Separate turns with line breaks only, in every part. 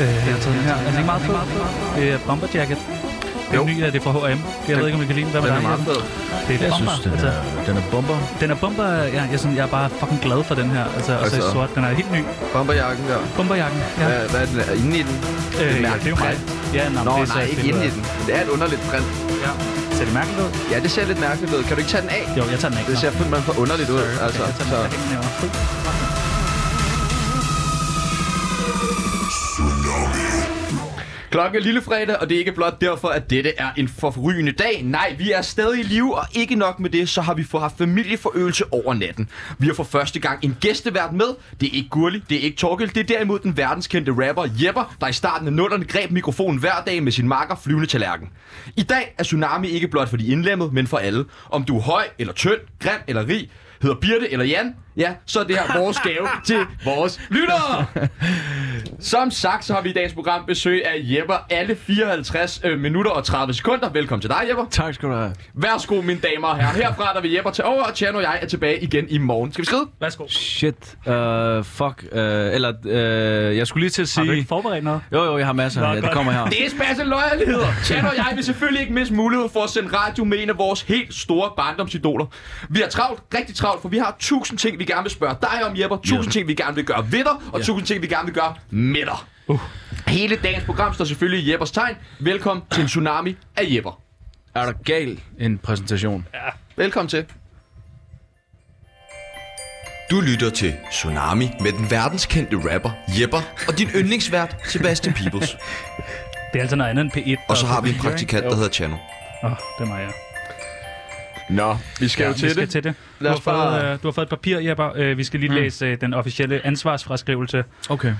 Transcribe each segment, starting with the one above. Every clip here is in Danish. øh, jeg har taget den her. Er den ikke meget fed? Øh, bomber jacket. Jo.
Jo.
Den nye er det fra H&M. Jeg ved ikke, om I kan lide den. Hvad med
Den er
dig,
meget
Jacob?
fed.
Det er
Jeg
bomber.
synes, den
altså,
er, den er bomber.
den er bomber. Ja, jeg, er sådan, jeg er bare fucking glad for den her. Altså, altså.
Altså.
i sort. Den er helt ny.
Bomberjakken der.
Bomberjakken. Ja.
Hvad, hvad er den? Er inde i den?
Øh,
et
ja,
mærkeligt
det er jo mig.
print.
Ja, nå, men
Nå,
det er så
nej,
et
ikke
billede
inde i
af-
den. Det er et underligt print.
Ja. Ser det mærkeligt ud?
Ja, det ser lidt mærkeligt ud. Kan du ikke tage den af?
Jo, jeg tager den ikke.
Det
nå.
ser simpelthen for underligt ud. Altså,
jeg tager
så.
den. Jeg kan ikke lave fri.
Klokken er lille fredag, og det er ikke blot derfor, at dette er en forrygende dag. Nej, vi er stadig i live, og ikke nok med det, så har vi fået haft familieforøgelse over natten. Vi har for første gang en gæstevært med. Det er ikke Gurli, det er ikke Torkel, det er derimod den verdenskendte rapper Jepper, der i starten af nullerne greb mikrofonen hver dag med sin makker flyvende tallerken. I dag er Tsunami ikke blot for de indlemmede, men for alle. Om du er høj eller tynd, grim eller rig, hedder Birte eller Jan, ja, så er det her vores gave til vores lyttere. Som sagt, så har vi i dagens program besøg af Jepper alle 54 øh, minutter og 30 sekunder. Velkommen til dig, Jepper.
Tak skal du have.
Værsgo, mine damer og herrer. Herfra der vil Jepper tage over, og Tjerno og jeg er tilbage igen i morgen. Skal vi skride?
Værsgo.
Shit. Uh, fuck. Uh, eller, uh, jeg skulle lige til at
Har du
sige...
ikke forberedt noget?
Jo, jo, jeg har masser.
Nå,
Ja, det
godt.
kommer her.
Det er spændende løjerligheder. Tjerno og jeg vil selvfølgelig ikke miste mulighed for at sende radio med en af vores helt store barndomsidoler. Vi har travlt, rigtig travlt, for vi har tusind ting, vi gerne vil spørge dig om, Jepper. Tusind ting, vi gerne vil gøre ved dig, og tusind ting, vi gerne vil gøre med dig. Uh. Hele dagens program står selvfølgelig i Jeppers tegn. Velkommen til en tsunami af Jepper.
Er der gal en præsentation?
Velkommen til.
Du lytter til Tsunami med den verdenskendte rapper Jepper og din yndlingsvært Sebastian Peebles.
Det er altså noget andet end P1.
Og så
der er
har vi en
på video, ikke?
praktikant, der hedder Chano.
Åh, oh, det er mig, ja.
Nå, vi skal
Ja,
jo
vi skal til det. Du
Lad
har,
os bare-
fået, øh, du har fået et papir, Jepper. Øh, vi skal lige mm. læse øh, den officielle ansvarsfraskrivelse.
Okay.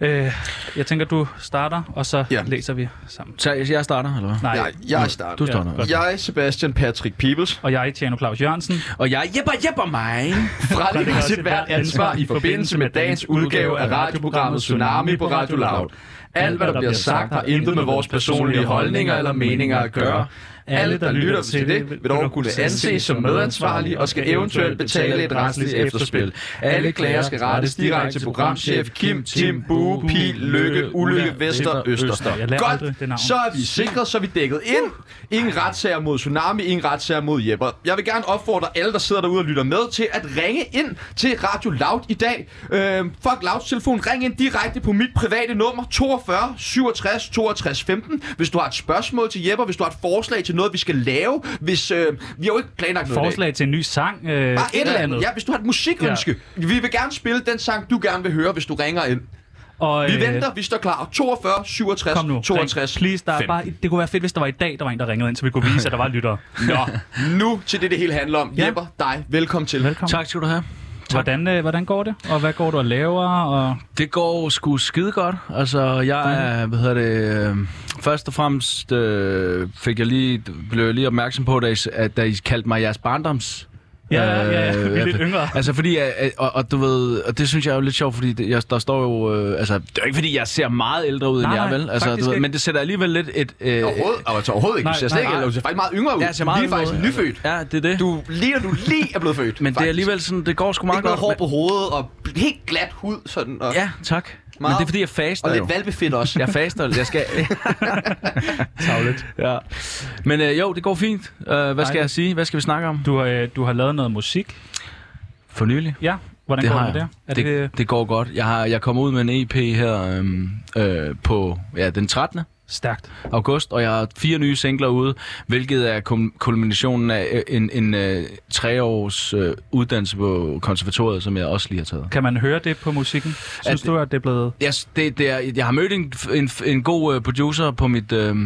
Øh, jeg tænker, du starter, og så ja.
Ja.
læser vi sammen.
Så jeg, jeg starter, eller hvad?
Nej,
Jeg, jeg starter.
Du
Ja,
starter.
godt.
Jeg, Sebastian Patrick Peebles,
og jeg, Tjerno Claus Jørgensen.
Og jeg jepper, jepper mig.
fralægger sit hvert ansvar i forbindelse med dagens udgave af radioprogrammet Tsunami på Radio Loud. Alt, hvad der bliver sagt, har intet med vores personlige holdninger eller meninger at gøre. Alle, der lytter til det, vil dog kunne anses som medansvarlige og skal eventuelt betale et retsligt efterspil. Alle klager skal rettes direkte til programchef Kim, Tim, Bue, Pil, Lykke, Ulykke, Vester, Øster.
Jeg lærer aldrig det navn.
Godt, så er vi sikret, så er vi dækket ind. Ingen retssager mod Tsunami, ingen retssager mod Jepper. Jeg vil gerne opfordre alle, der sidder derude og lytter med, til at ringe ind til Radio Loud i dag. Øh, fuck Louds telefon, ring ind direkte på mit private nummer 42 67 62 15, hvis du har et spørgsmål til Jepper, hvis du har et forslag til noget, vi skal lave. Hvis, øh, vi har jo ikke planlagt noget i dag.
Forslag til en ny sang. Øh,
Bare et eller andet. Ja, hvis du har et musikønske. Ja. Vi vil gerne spille den sang, du gerne vil høre, hvis du ringer ind.
Og,
Vi
øh,
venter, vi står klar. 42 67
Kom nu. ring.
62
Please, der er bare, det kunne være fedt, hvis der var i dag, der var en, der ringede ind, så vi kunne vise, at der var lyttere.
Nå, nu til det, det hele handler om.
Ja.
Ja. Jepper, dig, velkommen til.
Velkommen.
Tak skal du have.
Hvordan, øh, hvordan går det? Og hvad går du og laver? Og...
Det går sgu skide godt. Altså, jeg er, hvad hedder det, øh, først og fremmest øh, fik jeg lige, blev jeg lige opmærksom på, da I, at, da I kaldte mig jeres barndoms.
Ja, ja, ja,
Øh,
vi er lidt
ja,
yngre.
Altså fordi, øh, øh, og, og du ved, og det synes jeg er jo lidt sjovt, fordi det, jeg, der står jo, øh, altså det er jo ikke fordi, jeg ser meget ældre ud
Nej,
end jeg,
nej,
vel? Altså,
faktisk
du ved,
ikke.
men det sætter alligevel lidt et... Øh,
Overhovedet, altså, overhovedet ikke.
Nej,
du ser slet
nej,
ikke,
nej.
eller du ser faktisk meget yngre ud.
jeg ser meget
du er faktisk
ud.
nyfødt.
Ja, det er det.
Du ligner, du lige er blevet født.
men det er
faktisk.
alligevel sådan, det går sgu meget
ikke noget
godt.
hår
men-
på hovedet og helt glat hud. Sådan, og,
Ja, tak. Men
Meget.
det er fordi, jeg faster
og
jo.
lidt valpefedt også.
Jeg faster, jeg skal...
Tavlet.
ja. Men øh, jo, det går fint. Øh, hvad skal
Dejligt.
jeg sige? Hvad skal vi snakke om?
Du, har, øh, du har lavet noget musik.
For nylig.
Ja, hvordan
Det
går
har
det med
jeg.
det? Er det,
det, øh-
det øh,
det, det går godt. Jeg har jeg kom ud med en EP her øhm, øh, på ja, den 13.
stærkt?
august, og jeg har fire nye singler ude, hvilket er kom- kulminationen af øh, en, en øh, treårs øh, uddannelse på konservatoriet, som jeg også lige har taget.
Kan man høre det på musikken? Synes
det-
du, at det er blevet...
Jeg, s- det, det er, jeg har mødt en, en, en god øh, producer på mit øh,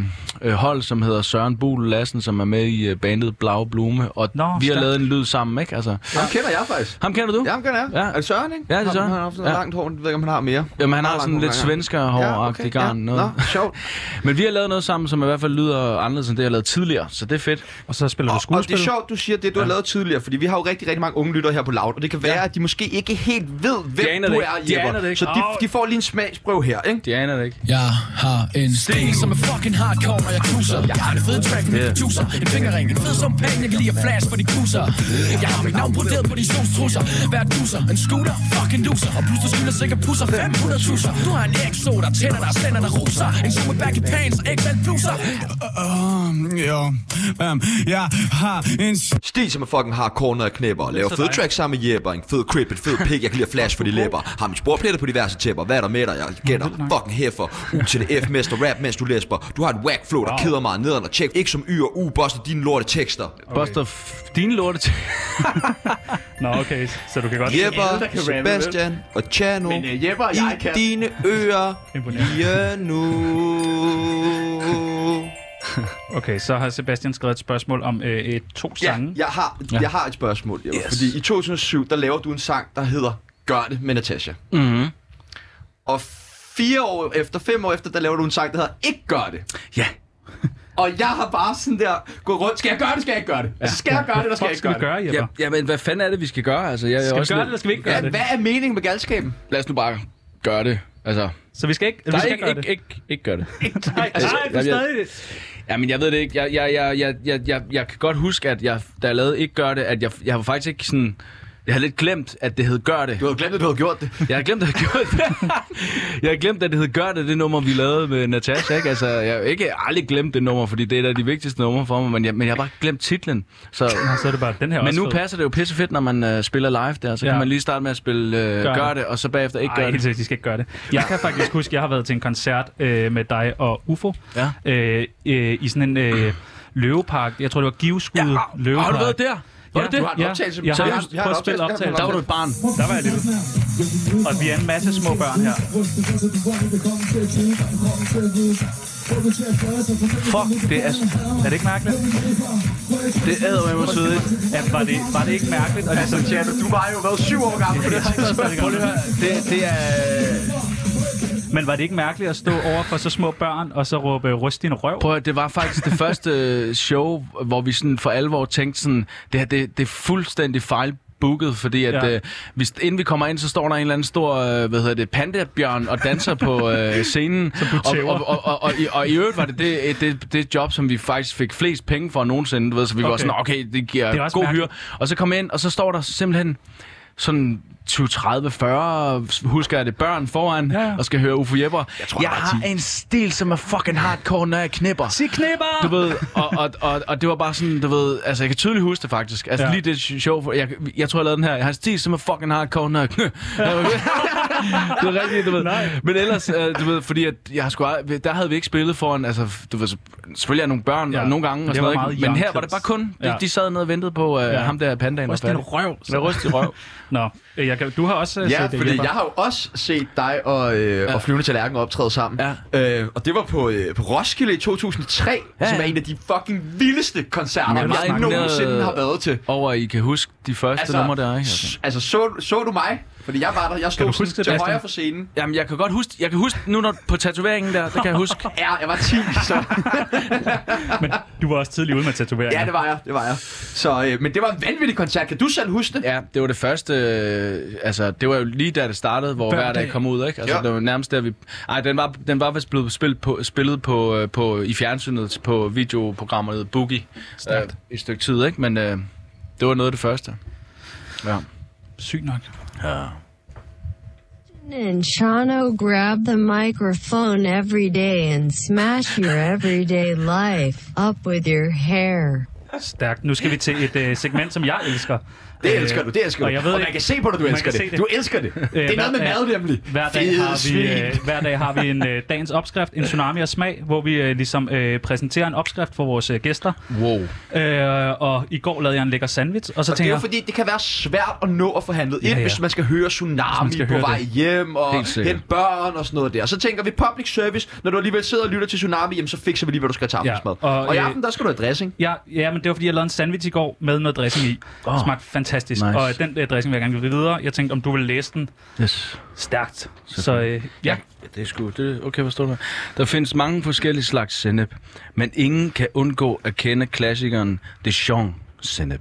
øh, hold, som hedder Søren Buhl Lassen, som er med i øh, bandet Blau Blume, og
Nå,
vi har
stærkt.
lavet en lyd sammen, ikke? Altså,
Ham kender jeg faktisk.
ham kender du?
Ja, ham kender jeg.
Ja.
Er det Søren, ikke?
Ja, det er Søren.
Han, han har haft sådan
Ja.
langt hår, jeg ved ikke, om han har mere.
Jamen, han har
langt
sådan
hår
lidt
nogle gange.
svensker håragtig ja, okay, garn.
Ja.
Noget.
Nå, sjovt.
Men vi har lavet noget sammen, som i hvert fald lyder anderledes end det, jeg har lavet tidligere, så det er fedt.
Og så spiller du
Og, og det
skuespil.
er sjovt, du siger det, du ja. har lavet tidligere, fordi vi har jo rigtig, rigtig mange unge lyttere her på Loud, og det kan være, ja. at de måske ikke helt ved, hvem
aner
du
det
er,
ikke. De aner
Jeppe.
det ikke.
Så de,
Au.
de får lige en smagsprøve her, ikke?
De aner det ikke.
Jeg har en sten, som er fucking hardcore, når jeg knuser. Jeg har en fed track med yeah. juicer. En fingerring, en fed som penge, jeg kan lide at flash for de kuser. Jeg har mit navn broderet på de sols trusser. Hver duser, en scooter, fucking loser. Og plus du skylder sikkert pusser, 500 tusser. Du har en exo, der tænder dig, slænder dig ruser. En super bag i pants, ikke blandt bluser.
Um, jo, um, jeg har en
Stig, som er fucking hardcore, når jeg knæpper og laver fed tracks sammen med Jeppe. En fed crib, en fed pik, jeg kan lide at flash for de læber. Har min sporpletter på diverse tæpper. Hvad er der med dig? Jeg gætter fucking hæffer. UTDF, mester rap, mens du læsper. Du har et whack flow, der keder mig nederen og tjek. Ikke som y og u, boster dine lorte tekster.
Okay. Buster f- dine lorte til.
Nå, okay, så du kan godt...
Jeppe, Sebastian og Chano. Men uh, Jeppe og jeg kan. dine ører.
Imponerende.
Ja, nu.
Okay, så har Sebastian skrevet et spørgsmål om øh, et, to sange.
jeg har, jeg har et spørgsmål, Jeppe, yes. fordi i 2007, der laver du en sang, der hedder Gør det med Natasha.
Mm-hmm.
Og fire år efter, fem år efter, der laver du en sang, der hedder Ikke gør det.
Ja.
Og jeg har bare sådan der gået rundt, skal jeg gøre det, skal jeg ikke gøre det? Altså, skal jeg gøre det, eller skal jeg
Fuck,
ikke
skal
gøre
vi
det?
gøre, Jeppe?
ja. Ja, men hvad fanden er det, vi skal gøre? Altså, jeg, er
Skal vi
også
gøre det,
lidt-
eller skal vi ikke gøre
Ja,
det?
hvad er meningen med galskaben?
Lad os nu bare gøre det. Altså,
Så vi skal ikke... vi
nej,
skal
ikke,
gøre
ikke, ikke, ikke gøre det.
det. Nej,
Altså,
nej, du
jeg-
er
jeg-
stadig...
Ja, men jeg ved det ikke. Jeg, jeg, jeg, jeg, jeg, jeg, jeg kan godt huske, at jeg, da jeg lavede Ikke Gør Det, at jeg, jeg har faktisk ikke sådan... Jeg har lidt glemt, at det hed Gør Det.
Du havde glemt, at du havde gjort det.
Jeg har glemt, at jeg gjorde det. jeg har glemt, at det hed Gør Det, det nummer, vi lavede med Natasha. Ikke? Altså, jeg har ikke aldrig glemt det nummer, fordi det er da de vigtigste numre for mig, men jeg, men jeg har bare glemt titlen. Så,
Nå, så er det bare den her
men
også
nu
fed.
passer det jo pissefedt, når man øh, spiller live der, så ja.
Ja.
kan man lige starte med at spille øh,
Gør
gør,
det.
det, og så bagefter ikke
Ej,
gør
helt
det.
seriøst, I skal ikke gøre det. Jeg kan faktisk huske, at jeg har været til en koncert øh, med dig og Ufo
Ja.
øh, øh, i sådan en øh, løvepark. Jeg tror, det var Giveskud ja, Løvepark.
Har du været der? Var
Ja,
du det?
du har en
Ja.
optagelse.
Jeg
Jeg
har-
har,
jeg har
prøvet
en
at spille optagelse.
optagelse. Der
Der var du et barn.
Der var jeg lille. Og vi er en masse små børn her. Fuck, det er... Er det ikke mærkeligt?
Det æder mig sødt.
Ja, var, det, var det ikke mærkeligt? Og det er sådan, ja,
Du var jo været syv år gammel på det
Det, det er...
Men var det ikke mærkeligt at stå over for så små børn, og så råbe, ryst din røv?
Prøv at, høre, det var faktisk det første øh, show, hvor vi sådan for alvor tænkte sådan, det her, det, det er fuldstændig fejl booket, fordi at
Ja.
ja. øh, hvis, inden vi kommer ind, så står der en eller anden stor, øh, hvad hedder det, pandabjørn og danser på øh, scenen. Og,
tæver.
og, og, og, og, i, og i øvrigt var det det, det det job, som vi faktisk fik flest penge for nogensinde, du ved, så vi okay. var
Okay.
sådan, okay, det giver
Det er
det
også
god hyre.
mærkeligt.
Og så kom jeg ind, og så står der simpelthen sådan 20, 30, 40, husker jeg det, børn foran,
Ja, ja.
og skal høre Ufo Jepper. Jeg, tror, jeg har en stil, som er fucking hardcore, når jeg knipper.
Sig knipper!
Du ved, og, og, og, og det var bare sådan, du ved, altså jeg kan tydeligt huske det faktisk. Altså
Ja.
ja. lige det show, for- jeg, jeg tror jeg lavede den her, jeg har en stil, som er fucking hardcore, når jeg knø. det er rigtigt, du ved.
Nej.
Men ellers, øh, du ved, fordi at jeg sgu, ald- der havde vi ikke spillet foran, altså du ved, så- selvfølgelig er nogle børn
Ja.
ja. og nogle gange,
Det
og sådan
var
noget,
meget
ikke? men
young
her var det
kids.
bare kun, de,
Ja.
de sad nede og ventede på øh,
Ja.
ja. ham der pandaen.
Ryst
var
din
færdig.
røv.
Med ryst i røv.
Nå, øh, jeg kan, du har også øh,
Ja,
set det,
fordi
Jeppe.
jeg har jo også set dig og, øh, ja. og Flyvende Tallerken optræde sammen. Ja. Øh, og det var på, øh, på Roskilde i 2003, ja.
Ja.
som er en af de fucking vildeste koncerter,
Men jeg er meget
jeg
imponeret-
øh,
nogensinde har været til.
Over, I kan huske de første altså, numre der, ikke? Altså.
s- altså så, så du mig? Fordi jeg var der, jeg
du
stod
huske
sådan,
det,
til
Bastian?
højre for scenen.
Jamen, jeg kan godt huske, jeg kan huske nu når, på tatoveringen der, der kan jeg huske.
Ja, jeg var 10, så
Men du var også tidlig ude med tatoveringer.
ja, det var jeg, det var jeg. Så, øh, men det var en vanvittig koncert, kan du selv huske det?
Ja, det var det første, øh, altså det var jo lige da det startede, hvor
Hver
hver dag
dag.
kom ud, ikke? Altså
Ja.
det var nærmest der vi... Ej, den var, den var vist blevet spillet på, spillet på, øh, på i fjernsynet på videoprogrammet Boogie øh,
Stærkt.
et stykke tid, ikke? Men øh, det var noget af det første. Ja.
Sygt nok.
And Shano grab the microphone every day and smash your everyday life up with your hair.
Stærkt. Nu skal vi til et øh, segment, som jeg elsker.
Det
Øh,
elsker du, det elsker
og
du.
jeg ved
og man
ikke-
kan se på dig, du
man
elsker
kan
det.
se det. Øh,
Du elsker det. det er noget med mad, nemlig.
Hver dag,
Fede
har vi,
svin.
øh, hver dag har vi en øh, dagens opskrift, en tsunami af smag, hvor vi øh, ligesom øh, præsenterer en opskrift for vores øh, gæster.
Wow.
Øh, og i går lavede jeg en lækker sandwich, og så
Og det er
tænker
jo
jeg,
fordi, det kan være svært at nå at få handlet ind,
Ja,
ja,
ja.
ja. hvis man skal høre Tsunami
skal
på
høre
vej
det.
det. hjem og
Helt sikkert.
hente børn og sådan noget der. Så tænker vi public service, når du alligevel sidder og lytter til Tsunami, jamen, så fikser vi lige, hvad du skal have til
Ja,
aftensmad.
og,
Og, og i
øh,
aften, der skal du have dressing.
Ja, ja, men det var fordi, jeg lavede en sandwich i går med noget dressing i. Oh. Smagte fantastisk.
Nice.
Nice. Og øh, den øh, dressing vil jeg gerne give videre. Jeg tænkte, om du vil læse den
Yes.
stærkt. Så øh, ja,
Det er sgu, det er okay forstå mig. Der findes mange forskellige slags sennep, men ingen kan undgå at kende klassikeren Dijon sennep.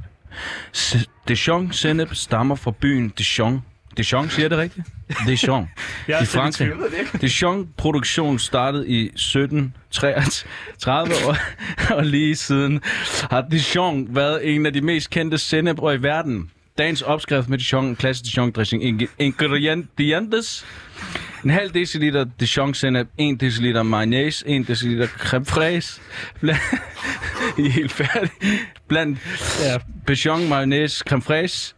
S- Dijon sennep stammer fra byen Dijon. Dijon, siger jeg det rigtigt? Dijon.
Jeg er
I
selv i
Frankrig. Dijon produktion startede i 1733 og, og lige siden har Dijon været en af de mest kendte sennepår i verden. Dagens opskrift med Dijon, klassisk Dijon dressing, Inge- ingredientes en halv deciliter dijon sennep, 1 deciliter mayonnaise, 1 deciliter creme fraise. Bland... I er helt færdig. Bland ja. Dijon, mayonnaise, creme fraise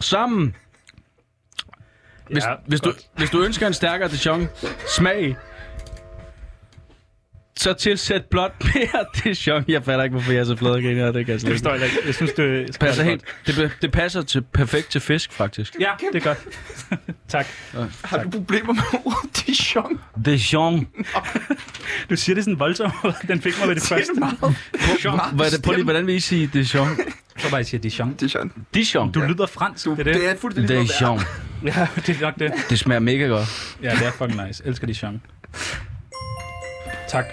sammen. Hvis,
Ja,
ja, hvis, du, hvis du ønsker en stærkere dijon smag, så tilsæt blot mere dijon. Jeg fatter ikke, hvorfor jeg er så flad og griner. Det kan
det
jeg slet ikke.
forstår jeg ikke. Jeg synes, det skal
Passer
være det
helt. Det, be- det passer til, perfekt til fisk, faktisk.
godt. Ja, det er godt. tak.
Har du problemer med ordet Dijon?
Dijon.
Du siger det sådan voldsomt. den fik mig ved det første. Dijon.
Hvad er det, prøv lige, hvordan vil I sige Dijon?
Så bare, jeg siger Dijon.
Dijon.
Dijon.
Du lyder fransk, det er det.
Det er fuldstændig
Det er
noget
sjovt.
Ja, det er nok det.
Det smager mega godt.
Ja, det er fucking nice. Elsker Dijon. Tak.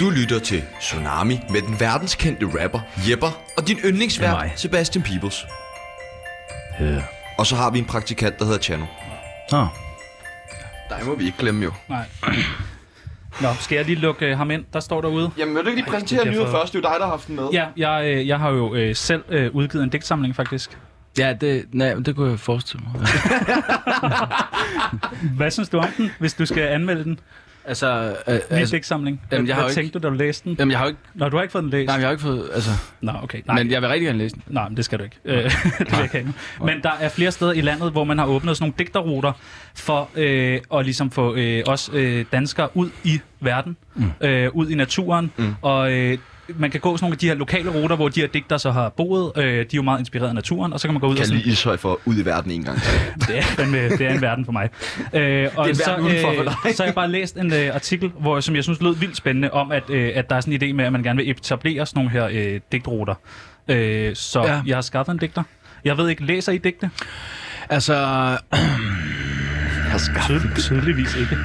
Du lytter til Tsunami med den verdenskendte rapper Jepper og din
Det er
yndlingsvært
mig.
Sebastian Peebles.
Ja.
Og så har vi en praktikant, der hedder Chano.
Oh.
værd. Dig må vi ikke glemme jo.
Nej. Nå, skal jeg lige lukke øh, ham ind? Der står derude.
Jamen, vil du ikke lige præsentere
det er
lyden
for-
først? Det er jo dig, der har haft den med.
Ja, jeg, øh, jeg har jo øh, selv øh, udgivet en digtsamling, faktisk.
Ja, det, nej, men det kunne jeg forestille mig. Ja.
Hvad synes du om den, hvis du skal anmelde den?
altså, øh,
Min
altså
digtsamling. Hvad,
jamen, jeg har
hvad
jo
tænkte du, da du læste den?
jamen, jeg har jo ikke,
Nå, du har ikke fået den læst?
nej, men jeg har ikke fået, altså,
Nå, okay.
nej.
Nej,
men jeg vil rigtig gerne læse den.
Nej, men det skal du ikke. Øh, det vil jeg ikke. have. Men der er flere steder i landet, hvor man har åbnet sådan nogle digterruter for øh, at ligesom få øh, os øh, danskere ud i verden, mm. øh, ud i naturen. Mm. Og øh, man kan gå sådan nogle af de her lokale ruter, hvor de her digter så har boet. Øh, de er jo meget inspireret af naturen, og så kan man gå ud
Kan
og sådan...
lige ishøj for ud i verden en gang til.
Det er, fandme, det er en verden for mig. Øh, og
verden
så,
udenfor for dig.
så har jeg bare læst en øh, artikel, hvor, som jeg synes lød vildt spændende, om at, øh, at der er sådan en idé med, at man gerne vil etablere sådan nogle her øh, digtruter. Øh, så
Ja.
ja. jeg har skaffet en digter. Jeg ved ikke, læser I digte?
Altså,
Tydel, tydeligvis ikke.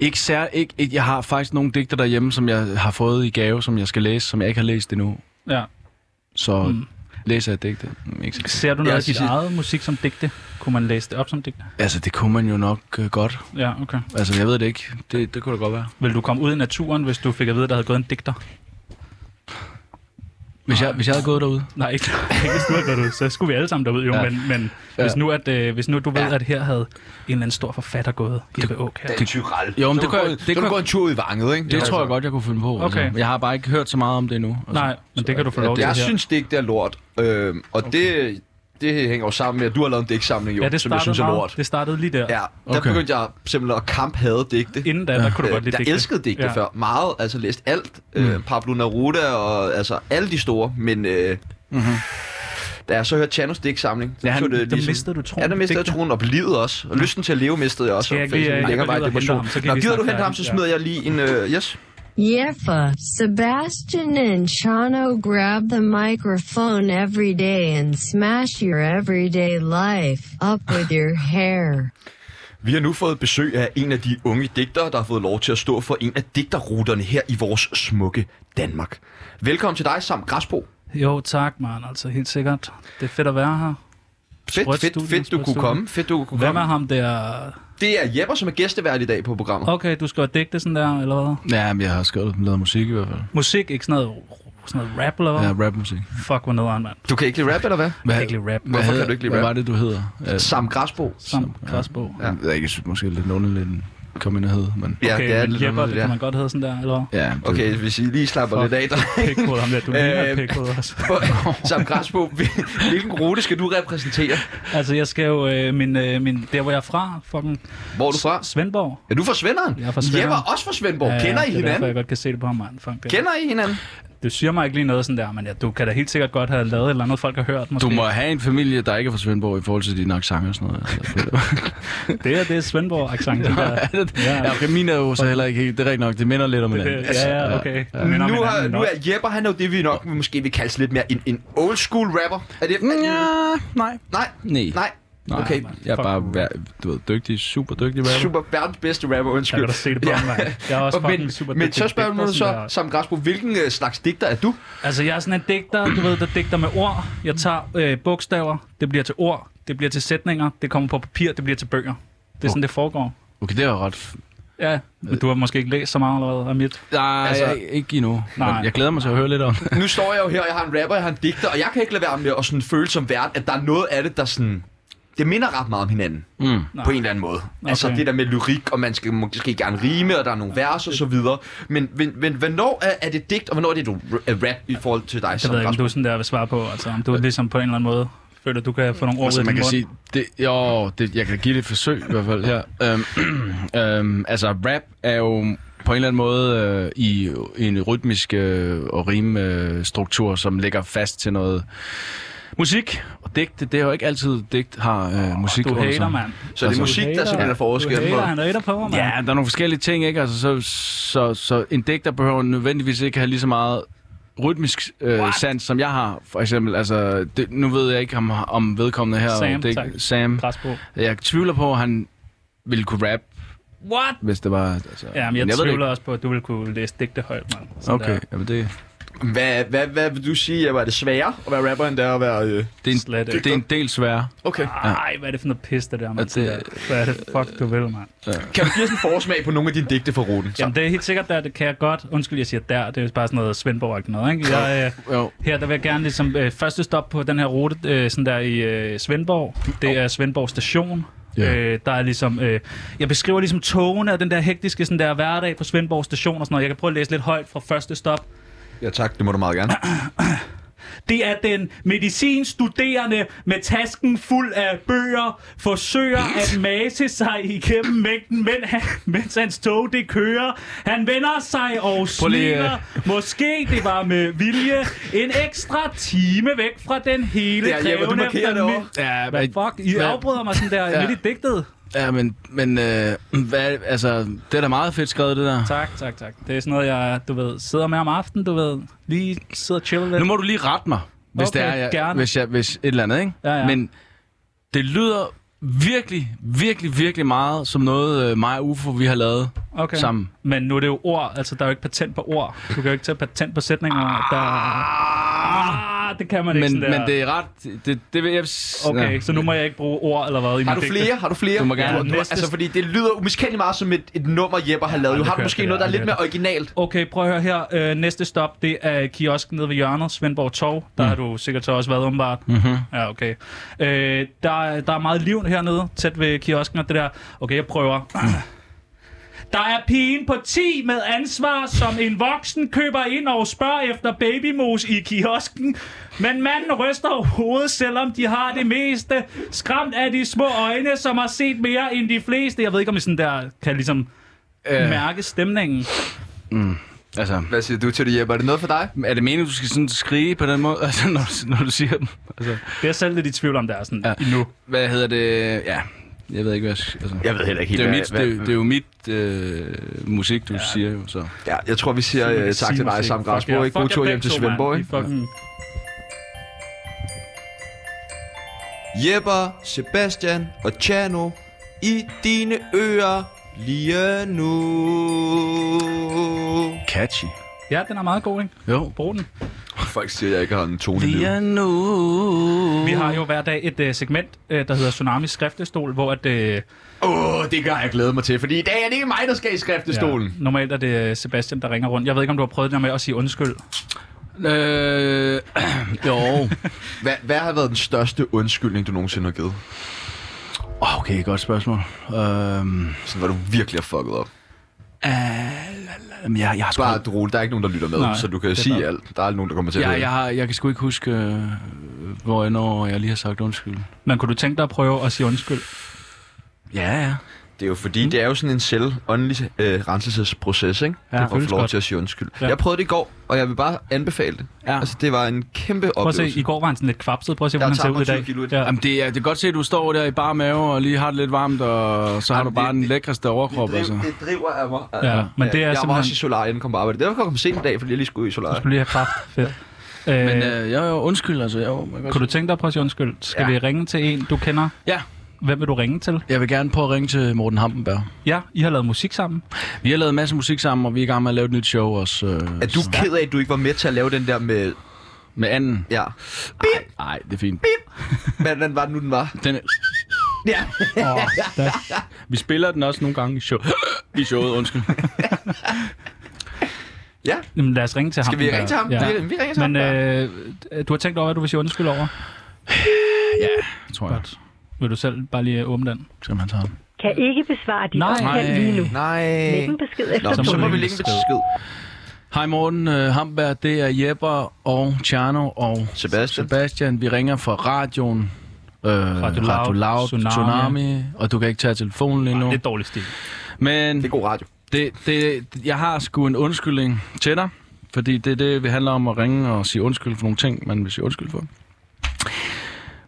ikke sær, ikke, ikke, jeg har faktisk nogle digter derhjemme, som jeg har fået i gave, som jeg skal læse, som jeg ikke har læst endnu.
Ja.
Så mm. læser jeg digte. Mm, Ikke så.
Ser du noget
Jeg
af dit
siger-
eget musik som digte? Kunne man læse det op som digte?
Altså, det kunne man jo nok øh, godt.
Ja, okay.
Altså, jeg ved det ikke. Det, det kunne da godt være.
Vil du komme ud i naturen, hvis du fik at vide, at der havde gået en digter?
Hvis jeg, hvis jeg havde gået derude.
Nej, ikke, ikke hvis du havde gået ud. Så skulle vi alle sammen derud, jo.
Ja.
Ja. Men, men ja. hvis, nu, at, øh, hvis nu du ved, ja. at her havde en eller anden stor forfatter gået i Auk her.
Det er Tyrell.
Jo, men
Så
det
du
kunne
går-
jeg- det
Så
kunne-
du går en tur ud i vanget, ikke?
Det tror jeg godt, jeg kunne finde på.
Okay.
Altså. Jeg har bare ikke hørt så meget om det endnu. Altså.
Nej, men det kan du få lov til her.
Jeg synes, det ikke det er lort. Øhm, og det, det hænger jo sammen med, at du har lavet en digtsamling, jo,
ja, det
som jeg
startede,
synes er
meget-
lort.
det startede lige der.
Ja, der
Okay.
begyndte jeg simpelthen at kamphade digte.
Inden da, der kunne du godt lide
Øh, jeg
digte.
elskede digte ja. før. Meget, altså læst alt. Mm. Øh, Pablo Neruda og altså alle de store, men øh, mm-hmm. da jeg så hørte Chanos digtsamling, så
Ja, han-
tog
der mistede du troen
Ja, der
på
mistede jeg
digte.
troen og på livet også. Og lysten til at leve mistede jeg også.
Skal jeg
og
ikke lige,
fik sådan
øh,
en længerevarende
gå ned og hente
depression.
ham, så kan
Nå,
vi
gider du
snakke
hente ham, så
færdigt,
smider jeg lige en... Øh, yes.
Yefa, Sebastian and Shano grab the microphone every day and smash your everyday life up with your hair.
Vi har nu fået besøg af en af de unge digtere, der har fået lov til at stå for en af digterruterne her i vores smukke Danmark. Velkommen til dig, Sam Græsbo.
Jo, tak, man. Altså, helt sikkert. Det er fedt at være her.
Fedt,
Sprødt
fedt,
studie,
fedt, du
sprødt
kunne
studie.
komme. Fedt, du kunne
Hvem er
komme.
ham der?
Det er Jepper, som er gæstevært i dag på programmet.
Okay, du skal digte sådan der, eller hvad?
Ja, men jeg har skrevet lavet musik i hvert fald.
Musik, ikke sådan noget, sådan noget rap, eller hvad?
Ja,
Ja.
rapmusik.
Fuck, hvor nederen, mand.
Du kan ikke lide rap, eller hvad?
Jeg
Hvad,
kan ikke lide rap.
hvad
Hvorfor
kan
hedder-
du ikke lide
Hvad
rap?
var det, du hedder? Ja,
Sam Græsbo.
Sam Krasbo. Ja.
Jeg ved ikke, jeg synes måske, det er lidt underligt en kombination, men...
Ja,
Okay,
det er
men
lidt
Jepper, det
underligt,
kan
ja.
man godt hedde sådan der, eller hvad?
Ja, det-
Okay, hvis I lige slapper
Fuck.
lidt af der.
Pikhoved, ham der. Du
Øh,
ligner altså. pikhoved også.
Sam Græsbo, hvil- hvilken rute skal du repræsentere?
Altså, jeg skal jo... Øh, min, øh, min, der, hvor jeg er fra, fucking
Hvor er du fra?
Svendborg.
Er du fra Svenderen?
Jeg er fra Svenderen.
Jepper er også fra Svendborg. Kender I
Det er derfor,
hinanden?
jeg godt kan se det på ham, mand. Fuck, det.
Kender I hinanden?
det siger mig ikke lige noget sådan der, men ja, du kan da helt sikkert godt have lavet et eller andet, folk har hørt. Måske.
Du må have en familie, der ikke er fra Svendborg i forhold til dine accenter og sådan noget. Altså, Peter.
Det er det Svendborg-accent, den der. Øh,
Er det- ja, okay, mine er jo så heller ikke helt... Det er rigtigt nok, det minder lidt om Altså, hinanden.
Det, ja, ja, okay. Ja, ja.
Nu, har, nu er Jeppe, han er jo det, vi nok måske vil kalde sådan lidt mere en, en old school rapper. Er det,
Mm,
er,
Ja, nej.
Nej,
Nej.
nej.
Nej,
Okay.
Jeg er
Fuck.
bare, vær- du ved, dygtig, super dygtig rapper.
Super verdens bedste rapper,
Jeg
undskyld.
kan da se det på mig. Jeg er også
Og
fucking
men,
super
men
dygtig
så spørger
digter,
man
sådan
så,
der.
Sam Grasbo, hvilken øh, slags digter er du?
Altså, jeg er sådan en digter, du ved, der digter med ord. Jeg tager øh, bogstaver, det bliver til ord, det bliver til sætninger, det kommer på papir, det bliver til bøger. Det er sådan, det foregår.
Okay, det er jo ret... f-
Ja, men du har måske ikke læst så meget allerede af mit.
Nej,
Altså-
altså, jeg, ikke endnu. Nej.
Nej.
Men jeg glæder mig til at høre lidt om det.
Nu står jeg jo her, og jeg har en rapper, jeg har en digter, og jeg kan ikke lade være med at sådan føle som vært, at der er noget af det, der sådan... Det minder ret meget om hinanden,
Mm.
Nå. på en eller anden måde. Okay. Altså
Okay.
det der med lyrik, og man skal måske gerne rime, og der er nogle vers og så videre. Men, men, men hvornår er, er det digt, og hvornår er det du er rap i forhold til dig?
Jeg
Sam
ved ikke, om
Grasbo?
du er sådan der vil svare på. Altså, om du ligesom på en eller anden måde føler, du kan få nogle ord ud
Altså,
af
man
din
kan
mund.
sige, det, jo, det, jeg kan give det et forsøg i hvert fald her. Øhm, øhm, altså, rap er jo på en eller anden måde øh, i, i en rytmisk øh, og rimstruktur, øh, struktur, som ligger fast til noget musik. Og digte, det er jo ikke altid, digt har øh, musik.
Du
under sig.
hater, mand. Altså,
Så det er musik, der simpelthen er
Du
forskellen på.
hater, han hater på mig, mand.
Ja, der er nogle forskellige ting, ikke? Altså, så, så, så en digter behøver nødvendigvis ikke have lige så meget rytmisk øh, sans, som jeg har, for eksempel. Altså, det, nu ved jeg ikke, om, om vedkommende her...
Sam,
det,
tak.
Sam.
Græs på.
Jeg tvivler på, at han ville kunne rap,
What?
hvis det var... Altså,
Ja, men jeg, jeg
ved det
tvivler
ikke.
også på, at du ville kunne læse digte højt, mand. Sådan
Okay,
Der.
jamen det,
Hvad, hvad, hvad vil du sige, at var det sværere at være rapper, end det er at være... Øh...
det, er en,
Slet
det
ikke.
er en del sværere.
Okay.
Ej, hvad er det for noget pis, det der, mand?
det-
Sådan der. Hvad er det fuck, du vil, mand?
Kan du give os en forsmag på nogle af dine digte fra ruten?
Jamen, det er helt sikkert der, det kan jeg godt. Undskyld, jeg siger der. Det er bare sådan noget svendborg noget, ikke? Jeg, øh,
Jo.
her der vil jeg gerne ligesom øh, første stop på den her rute, øh, sådan der i øh, Svendborg. Det er Svendborg station.
Ja.
Yeah. Øh, der er ligesom, øh, jeg beskriver ligesom togene og den der hektiske sådan der hverdag på Svendborg station og sådan noget. Jeg kan prøve at læse lidt højt fra første stop.
Ja tak, det må du meget gerne.
Det er den medicinstuderende med tasken fuld af bøger, forsøger at mase sig igennem mængden, men han, mens hans tog det kører. Han vender sig og
Prøv lige,
smiler. Måske det var med vilje. En ekstra time væk fra den hele
Ja, Jeppe, du
krævende
markerer det over.
familie.
Ja,
Hvad fuck? I afbryder mig sådan der
Ja.
ja. midt i digtet.
Ja, men, men øh, hvad, altså, det er da meget fedt skrevet, det der.
Tak, tak, tak. Det er sådan noget, jeg, du ved, sidder med om aftenen, du ved. Lige sidder og chiller lidt.
Nu må du lige rette mig, hvis
Okay,
det er, jeg,
gerne.
Hvis, jeg, hvis et eller andet, ikke?
Ja, ja.
Men det lyder virkelig, virkelig, virkelig meget som noget, øh, mig og Ufo, vi har lavet
Okay.
sammen.
Men nu er det jo ord, altså der er jo ikke patent på ord. Du kan jo ikke tage patent på sætninger. Der... Ah, det kan man ikke
Men,
sådan der.
men det er ret... Det, det vil jeg... s-
Okay,
ja.
så nu må jeg ikke bruge ord eller hvad i
Har
mit
du
digte.
flere? Har du flere?
Du må gerne.
Du, du,
Næste.
altså, fordi det lyder umiskendeligt meget som et, et nummer, Jeppe har lavet.
Ja,
Jo,
det
har du
kører
måske
det
noget, der
der.
er lidt mere originalt?
Okay, prøv at høre her. Øh, næste stop, det er kiosken nede ved hjørnet, Svendborg Torv. Der mm. har du sikkert så også været åbenbart. Mm-hmm. Ja, okay. Øh, der, er- der er meget liv hernede, tæt ved kiosken og det der. Okay, jeg prøver. Der er pigen på 10 med ansvar, som en voksen køber ind og spørger efter babymos i kiosken. Men manden ryster hovedet, selvom de har det meste. Skræmt af de små øjne, som har set mere end de fleste. Jeg ved ikke, om I sådan der kan ligesom øh. mærke stemningen.
Altså,
Hvad siger du til det, Jeppe? Er det noget for dig?
er det meningen, du skal sådan skrige på den måde, altså, når, du- når du siger dem? Altså,
Det er jeg selv lidt i tvivl om, der er sådan
Ja.
ja. endnu.
hvad hedder det? Ja, jeg ved ikke, hvad jeg... skal- Altså,
Jeg ved heller ikke
det
helt,
er jo
hvad-
mit, det,
hvad-
er jo- det er jo mit øh, musik, du ja. siger jo, så...
Ja, jeg tror, vi siger øh, tak til dig, Sam Grasbo. Ikke? God tur hjem til Svendborg. ikke?
Fucking...
Jepper, Sebastian og Chano i dine ører lige nu.
Catchy.
Ja, den er meget god, ikke?
Jo.
Brug den.
Folk siger, at jeg ikke har en tone i livet.
Lige nu.
Vi har jo hver dag et uh, segment, uh, der hedder Tsunami Skriftestol, hvor at, uh, ja,
Åh, det gør jeg glæde mig til, fordi i dag er det ikke mig, der skal i skriftestolen.
normalt er det øh, Sebastian, der ringer rundt. Jeg ved ikke, om du har prøvet det der med at sige undskyld.
Øh, jo.
Hvad, hvad har været den største undskyldning, du nogensinde har givet?
Åh, Okay, godt spørgsmål. Øhm,
Sådan, hvor du virkelig har fucket op.
Ah, jamen, jeg, jeg har sgu...
Bare roligt, der er ikke nogen, der lytter med,
Nej,
så du kan
det er
sige
bare-
alt. Der er nogen, der kommer til at
Jeg,
høre det.
jeg, har, jeg kan sgu ikke huske, øh, hvor jeg når jeg lige har sagt undskyld.
Men kunne du tænke dig at prøve at sige undskyld?
Ja, ja.
Det er jo fordi, mm. det er jo sådan en selv åndelig øh, renselsesproces, ikke?
Ja.
Ja, og
Føles
få lov
godt.
til at sige undskyld.
Ja.
Ja. Jeg prøvede det i går, og jeg vil bare anbefale det.
Ja.
Ja. Altså, det var en kæmpe
Prøv at se,
oplevelse.
i går var han sådan lidt kvapset. Prøv at se,
Jeg
hvordan han ser
tager
ud i
20
dag.
kilo i dag.
Ja.
Jamen, det, er, det er godt se, at du står der i bare mave og lige har det lidt varmt, og så har
Jamen,
du bare
det-
den
det-
lækreste overkrop.
det,
Altså.
driver, det driver af mig.
Ja, men det er
jeg var
simpelthen-
også i solar, inden jeg kom på arbejde. Derfor kom jeg komme sent i dag, fordi jeg lige skulle ud i
Du
solar.
skulle lige have kraft. Fedt. Øh,
Men
Men, øh,
øh, jeg er jo undskyld, altså. Jeg, er jo- jeg kan
kunne
godt...
du tænke dig, prøv at sige undskyld, skal ja. vi ringe til en, du kender?
Ja,
Hvem vil du ringe til?
jeg vil gerne prøve at ringe til Morten Hampenberg.
Ja, I har lavet musik sammen.
Vi har lavet en masse musik sammen, og vi er i gang med at lave et nyt show også. Øh,
Er du ked af, at du ikke var med til at lave den der med...
Med anden.
Ja.
Nej, det er fint.
Hvordan var det nu, den var?
Den er...
Ja.
Vi spiller den også nogle gange i, show... i showet, undskyld.
ja.
Jamen, lad os ringe til ham.
Skal vi ringe til ham?
Ja.
Vi, vi ringer til
Men
ham. der.
øh, du har tænkt over, hvad du vil sige undskyld over?
Tror jeg.
Godt. Vil du selv bare lige øh, åbne den?
Skal man tage den?
Kan ikke besvare dit
Nej.
opkald lige nu.
Nej.
Læg en besked
Nå,
efter
så,
må
så må
vi
vi
lægge
lægge en besked.
Hej Morten uh, Hamberg, det er Jepper og Tjerno og
Sebastian.
Sebastian. Vi ringer fra radioen. Øh, Radio
Loud,
Loud,
Tsunami.
Tsunami. Tsunami, og du kan ikke tage telefonen lige nu.
Det er dårlig stil.
Men
Det er god radio.
det, det, jeg har sgu en undskyldning til dig, fordi det er det, vi handler om at ringe og sige undskyld for nogle ting, man vil sige undskyld for.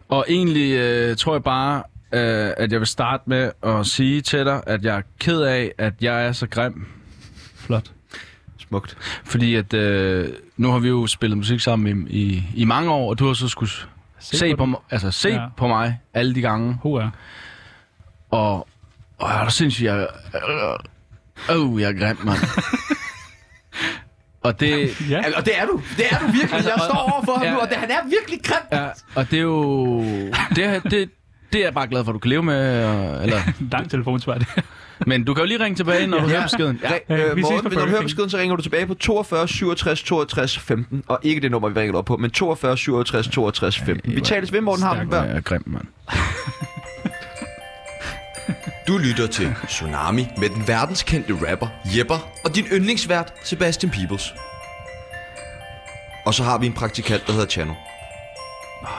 Og egentlig øh, tror jeg bare, øh, at jeg vil starte med at sige til dig, at jeg er ked af, at jeg er så grim.
Flot.
Smukt.
Fordi at øh, nu har vi jo spillet musik sammen i, i, i mange år, og du har så skulle se, se, på,
den.
mig, altså, se
Ja.
ja. på mig alle de gange.
HR.
Og, og der synes jeg... Øh, øh, jeg er grim, mand. og det...
Ja. Altså,
Ja, og det er du. Det er du virkelig. Jeg står over for ham
Ja.
nu, og det, han er virkelig grim.
Ja, og det er jo... Det, er- det, det er jeg bare glad for, at du kan leve med. og- Eller,
Lang telefonsvar. det.
men du kan jo lige ringe tilbage, når du hører beskeden. Ja.
Ja,
Øh,
øh,
vi ses på
Morten, når
Burger
du hører
King.
beskeden, så ringer du tilbage på 42 67 62 15. Og ikke det nummer, vi ringede op på, men 42 67 62 15. Vi tales ved, Morten Hardenberg.
Jeg er grim, mand.
Du lytter til Tsunami med den verdenskendte rapper Jepper og din yndlingsvært Sebastian Peebles. Og så har vi en praktikant, der hedder Chano.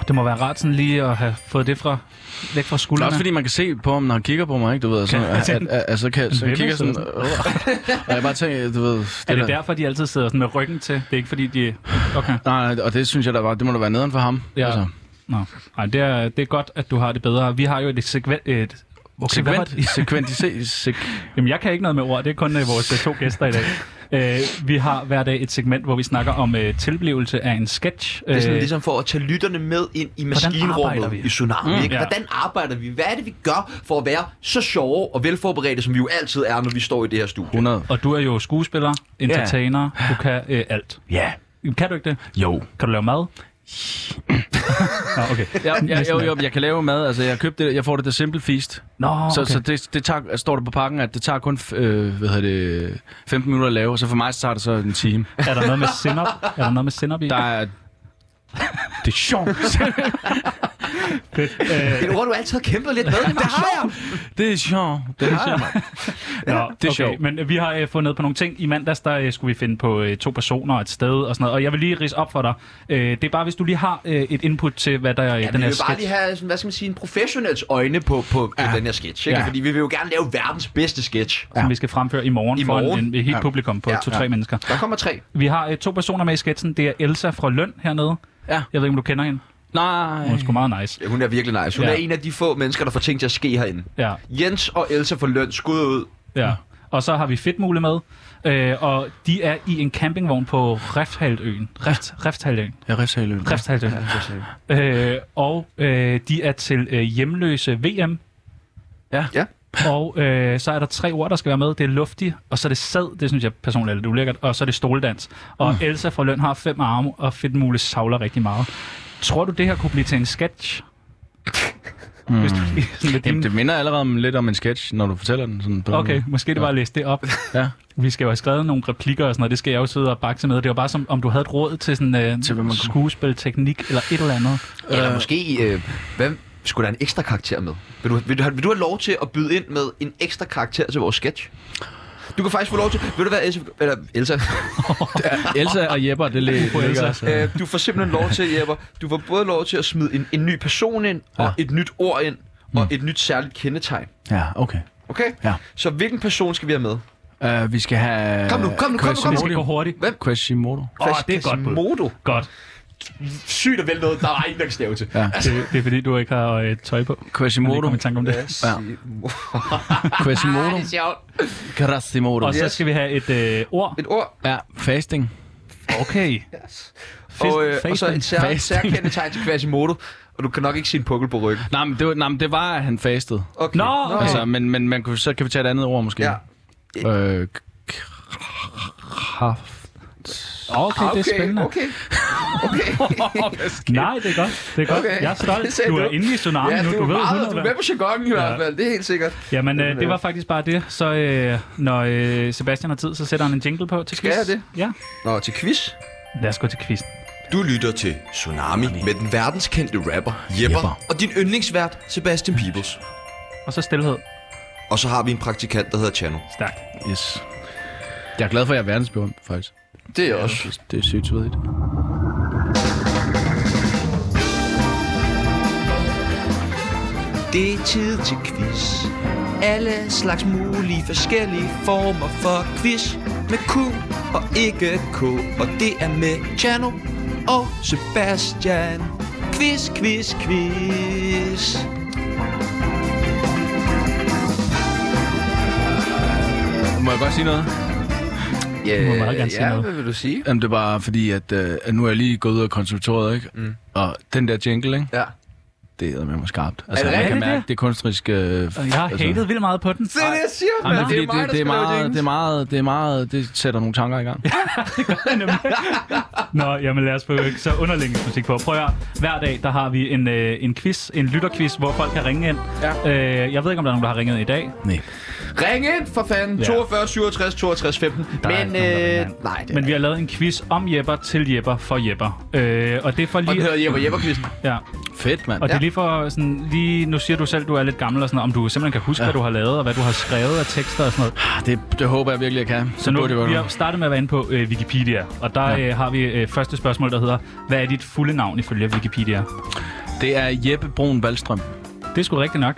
Det må være rart sådan lige at have fået det fra, væk fra
Det er
skuldrene.
også fordi, man kan se på ham, når han kigger på mig, ikke? Du ved, så, at, at, at, altså, kan, så
vemmelse
kigger sådan...
eller
øh, og jeg bare tænker, du ved... Det
er det
der,
derfor, de altid sidder sådan med ryggen til? Det er ikke fordi, de... Okay.
nej, nej, og det synes jeg da bare, det må da være nederen for ham.
Ja.
Altså,
Nå. Ej, det, er, det er godt, at du har det bedre. Vi har jo et segment... Et, okay, hvad var det?
sekvent, sekvent, se, sek,
Jamen, jeg kan ikke noget med ord. Det er kun øh, vores øh, to gæster i dag. Øh, vi har hver dag et segment, hvor vi snakker om øh, tilblivelse af en sketch.
Det er sådan
Øh,
ligesom for at tage lytterne med ind i
arbejder
maskinrummet
vi?
i Tsunami. Mm, ikke?
ja.
Hvordan arbejder vi? Hvad er det, vi gør for at være så sjove og velforberedte, som vi jo altid er, når vi står i det her studie?
100.
Og du er jo skuespiller, entertainer, du kan øh, alt.
Ja.
Kan du ikke det?
Jo.
Kan du lave mad? Nå, okay.
Ja, ja, jo, jo, jeg kan lave mad. Altså, jeg købte det, jeg får det der Simple Feast.
Nå, okay.
Så, så det, det tager, står der på pakken, at det tager kun øh, hvad hedder det, 15 minutter at lave, og så for mig så tager det så en time.
Er der noget med sinop? Er der noget med sinop i?
Der er... Det er sjovt.
Det er et ord, du altid har kæmpet lidt med. Det har jeg.
Det er sjovt. Det er sjovt.
Nå,
det er
okay.
sjovt.
Men øh, vi har øh, fundet på nogle ting. I mandags, der øh, skulle vi finde på øh, to personer og et sted og sådan noget. Og jeg vil lige rise op for dig. Øh, det er bare, hvis du lige har øh, et input til, hvad der er i
Ja,
den
vi
her
vil bare
sketch.
lige have sådan, hvad skal man sige, en professionels øjne på, på, på den her sketch. Ikke?
Ja.
Fordi vi vil jo gerne lave verdens bedste sketch.
som vi skal fremføre i morgen,
I
for
morgen?
en, en helt publikum på
Ja.
to-tre mennesker.
Der kommer tre.
Vi har øh, to personer med i sketchen. Det er Elsa fra Løn hernede.
Ja.
Jeg ved ikke, om du kender hende.
Nej.
Hun er sgu meget nice.
Ja, hun er virkelig nice. Hun
Ja.
ja. er en af de få mennesker, der får ting til at ske herinde.
Ja.
Jens og Elsa får løn skud ud.
Ja. Og så har vi Fedtmule med, øh, og de er i en campingvogn på Reftaløen. Reft, Reftaløen.
Jeg rister i løbet.
Reftaløen. Øh, og øh, de er til øh, hjemløse VM.
Ja.
Ja.
Og øh, så er der tre ord, der skal være med. Det er luftig, og så er det sad, det synes jeg personligt er lidt ulækkert, og så er det stoledans. Og mm. Elsa fra Løn har fem arme, og Fedtmule savler rigtig meget. Tror du, det her kunne blive til en sketch? Mm. Hvis du, sådan lidt
Jamen,
Jamen,
det minder allerede om, lidt om en sketch, når du fortæller den. Sådan på den
Okay,
måde.
måske det var at læse det op.
Ja.
Vi skal jo have skrevet nogle replikker og sådan noget. Det skal jeg jo sidde og bakse med. Det var bare som, om du havde et råd til sådan øh,
Til, hvad man kunne.
skuespil, teknik eller et eller andet.
Eller måske, øh, hvad skulle der en ekstra karakter med? Vil du, vil, du, have- vil du have lov til at byde ind med en ekstra karakter til vores sketch? Du kan faktisk få lov til... Ved du hvad, Elsa? Eller Elsa
Elsa og Jepper, det læ-
Fru Elsa.
ligger altså.
øh, du får simpelthen lov til, Jepper. Du får både lov til at smide en, en ny person ind, og et nyt ord ind, og et nyt særligt kendetegn.
Ja, okay.
Okay?
Ja.
Så hvilken person skal vi have med?
Uh, vi skal have...
Kom nu, kom nu, kom nu, kom
Vi
nu.
skal gå hurtigt.
Hvem?
Quasimodo.
Åh, oh, det er godt bud.
Modo.
Godt.
Sygt at vælge noget, der var ingen, der kan stave til.
Ja.
Det, det er fordi, du ikke har øh, tøj på. Jeg
Quasimodo.
kom i tanke om det.
Ja.
Quasimodo. Quasimodo.
Og så
Yes.
skal vi have et øh, ord.
Et ord,
Ja, fasting.
Okay.
og, øh, og så
Facetune.
et sær,
Facetune.
særkendetegn til Quasimodo. Og du kan nok ikke se en pukkel på ryggen.
Nej, men det, var, nej, men det var, at han fastede.
Okay.
Nå, okay.
Altså, men, men man kunne, så kan vi tage et andet ord måske.
Ja.
Øh, k- kraft.
Okay, det er spændende.
Okay, okay. okay.
Nej, det er godt. Det er godt.
Okay.
Okay. Jeg er
Det
stolt.
sagde
Du er
du.
inde i tsunami
ja,
nu.
du,
Du
er
ved
meget,
100
du er med på jargonen i hvert fald, det er helt sikkert.
Jamen, øh, det var faktisk bare det. Så øh, når øh, Sebastian har tid, så sætter han en jingle på til
Skal
quiz.
jeg det?
Ja.
Nå, til quiz.
Lad os gå til quizzen.
Du lytter til Tsunami med den verdenskendte rapper Jepper,
Jepper.
og din yndlingsvært Sebastian Peebles.
Og så stillhed.
Og så har vi en praktikant, der hedder Chano.
Stærkt.
Yes. Jeg er glad for, at jeg er verdensberømt, faktisk.
Det er også.
Det, det er sygt svedigt.
Det er tid til quiz. Alle slags mulige forskellige former for quiz. Med Q og ikke K. Og det er med Chano og Sebastian. Quiz, quiz, quiz.
Må jeg godt sige noget?
Ja,
Du må meget gerne sige
ja,
noget.
hvad vil du sige?
Jamen, det er bare fordi, at, øh, at nu er jeg lige gået ud af konservatoriet, ikke? Mm. Og den der jingle, ikke?
Ja.
Det er med mig skarpt.
Er det
Altså, man kan
rigtigt,
mærke
det?
det er kunstneriske... Øh,
Og jeg har
altså-
hatet vildt meget på den.
Det er det, jeg siger,
Ej, men
mand.
fordi
Det er mig, der
det er
skal lave
meget, det er
jingles.
meget, det er meget, det sætter nogle tanker i gang.
Nå, jamen lad os få så underlægningsmusik på. Prøv at høre. Hver dag, der har vi en, øh, en quiz, en lytterquiz, hvor folk kan ringe ind.
Ja.
Øh, jeg ved ikke, om der er nogen, der har ringet ind i dag.
Nej.
Ring ind for fanden.
Ja.
42 67 62 15.
Der er
Men,
ikke nogen, der ringer ind.
øh, nej, det
Men vi har lavet en quiz om Jepper til Jepper for Jepper. Øh, og det er for
og den
lige...
hedder Jeppe Jeppe Quiz.
Ja,
Fedt, mand.
og det er lige for sådan, lige, nu siger du selv, du er lidt gammel og sådan noget, om du simpelthen kan huske, ja. hvad du har lavet, og hvad du har skrevet af tekster og sådan noget.
Ah, Det, det håber jeg virkelig, jeg kan.
Så nu,
burde det være
vi
noget.
har startet med at være inde på øh, Wikipedia, og der ja. øh, har vi øh, første spørgsmål, der hedder, hvad er dit fulde navn ifølge Wikipedia?
Det er Jeppe Brun Valstrøm.
Det er sgu rigtigt nok.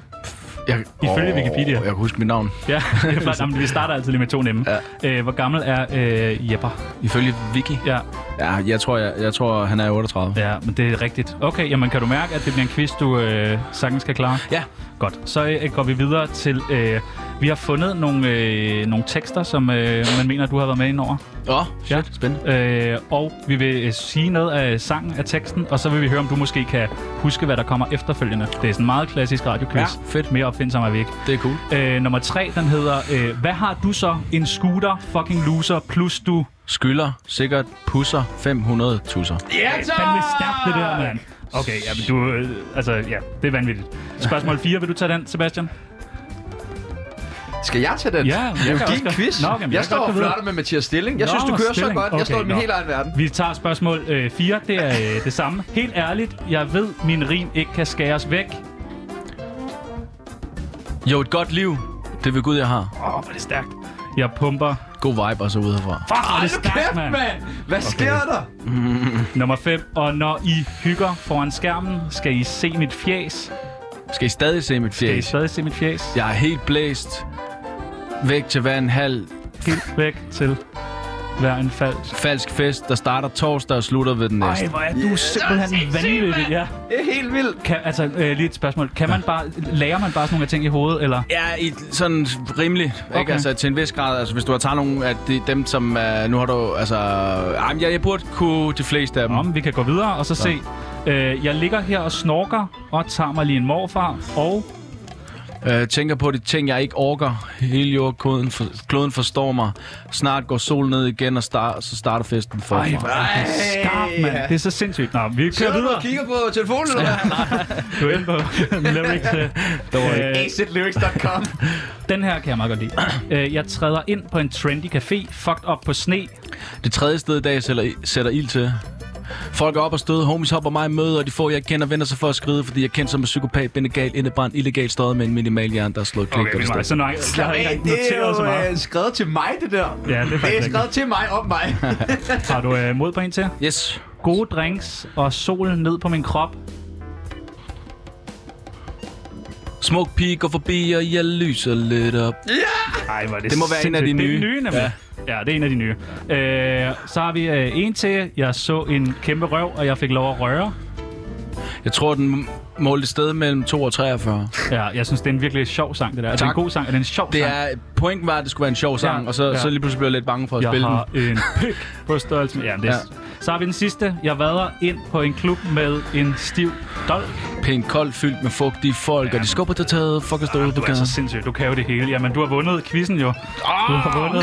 Jeg,
Ifølge Wikipedia.
Jeg kan huske mit navn.
Ja, det er flot. Jamen, vi starter altid lige med to nemme. Ja. Øh, hvor gammel er øh, Jepper?
Ifølge Vicky.
Ja,
Ja, jeg tror, jeg, jeg tror han er 38.
ja, men det er rigtigt. Okay, jamen kan du mærke, at det bliver en quiz, du øh, sagtens skal klare?
Ja.
Godt, så øh, går vi videre til... Øh, vi har fundet nogle, øh, nogle tekster, som øh, man mener, du har været med ind over.
Åh, oh, shit.
Ja.
Ja. Spændende.
Øh, og vi vil øh, sige noget af sangen, af teksten, og så vil vi høre, om du måske kan huske, hvad der kommer efterfølgende. Det er sådan en meget klassisk radioquiz.
Ja, fedt.
Mere opfindsom er vi ikke.
Det er cool.
Øh, nummer tre, den hedder, øh, hvad har du så? En scooter, fucking loser, plus du...
Skylder sikkert pusser 500 tusser.
Ja, tak!
Fandme stærkt, det der, mand. Okay, ja, men du... Øh, altså, ja, det er vanvittigt. Spørgsmål 4, vil du tage den, Sebastian?
Skal jeg tage den?
Ja, jeg
det er jo
kan også
din
godt.
quiz.
Nå, jamen,
jeg
jeg
står
kan godt
og
gå videre.
flørter med Mathias Stilling. Jeg
Nå,
synes, du kører så
Stilling.
godt. Jeg
Okay,
står i min
nå.
helt egen verden.
Vi tager spørgsmål øh, 4, det er øh, det samme. Helt ærligt, jeg ved, min rim ikke kan skæres væk. Åh,
Jo, et godt liv. Det vil Gud, jeg har.
oh, hvor er det stærkt. Jeg pumper.
God vibe og så videre fra.
Fuck, hvor er det
Hold nu
stærkt,
kæft,
mand.
mand! Hvad sker der?
Nummer 5. Og når I hygger foran skærmen, skal I se mit fjæs.
Skal I stadig se mit
Skal I
fjæs?
stadig se mit fjæs?
Jeg er helt blæst. Væk til hver en halv
Helt væk til hver en falsk.
falsk fest, der starter torsdag og slutter ved den næste.
Ej, hvor er du simpelthen vanvittig. Ja.
Det er helt vildt.
Kan, altså, øh, lige et spørgsmål. Kan man bare, lærer man bare sådan nogle af ting i hovedet, eller?
Ja, i, sådan rimelig. Okay.
Okay.
Ikke? Altså, til en vis grad. Altså, hvis du har taget nogle af de, dem, som... Uh, nu har du... Altså... Ej, men jeg, jeg burde kunne de fleste af dem.
Om vi kan gå videre og så se. Øh, jeg ligger her og snorker og tager mig lige en morfar, og
Øh, tænker på de ting, jeg ikke orker. Hele jordkloden for, kloden forstår mig. Snart går solen ned igen, og star, så starter festen for
Ej,
mig.
hvor er det skarp, mand. Det er så sindssygt. Nå, vi kører
Sidder du
videre.
og kigger på telefonen, eller hvad?
Du er inde på lyrics. øh. Øh,
Exitlyrics.com.
den her kan jeg meget godt lide. Øh, jeg træder ind på en trendy café, fucked op på sne.
Det tredje sted i dag sætter, sætter ild til. Folk er op og støde, homies hopper mig i møde, og de få, jeg kender, vender sig for at skride, fordi jeg er kendt som en psykopat, benegal, indebrændt, illegal støjet med en minimal hjerne, der er slået klik.
Okay,
og det
okay,
står-
så nej, jeg har ikke engang noteret så
Det er jo
meget.
øh, skrevet til mig, det der.
Ja, det er
Det er
faktisk
skrevet til mig om mig.
rigtigt. Har du øh, mod på en til?
Yes.
Gode drinks og sol ned på min krop.
Smuk pige går forbi, og jeg lyser lidt op.
Ej, hvor er det,
Det må være en af de
sindssygt.
nye.
Det er nye, nemlig. Ja. ja, det er en af de nye. Øh, så har vi øh, en til. Jeg så en kæmpe røv, og jeg fik lov at røre.
Jeg tror, den målte et sted mellem 2 og 43.
Ja, jeg synes, det er en virkelig sjov sang, det der. Er det en
Tak.
god sang? Er det en sjov
Det
sang?
er, pointen var, at det skulle være en sjov sang,
Ja,
og så,
ja.
så lige pludselig blev jeg lidt bange for at
Jeg
spille
har
den.
en pik på størrelse med... Ja, det er...
Ja.
Så har vi den sidste. Jeg vader ind på en klub med en stiv dolk.
Pænt koldt, fyldt med fugtige folk, ja. og de skubber til taget. Fuck og stole,
Du
du
er altså-
kan.
så sindssyg. Du kan jo det hele. Jamen, du har vundet quizzen jo. Du har vundet.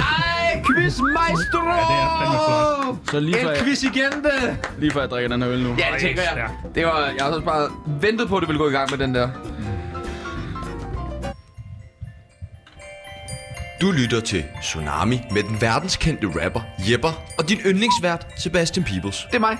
Nej, quiz maestro! Ja,
det er fandme flot.
Så lige før,
En
jeg,
quiz igen, det!
lige før jeg drikker den her øl nu.
Ja, det tænker jeg. Det var, jeg har også bare ventet på, at det ville gå i gang med den der.
Du lytter til Tsunami med den verdenskendte rapper Jepper og din yndlingsvært Sebastian Peebles.
Det er mig.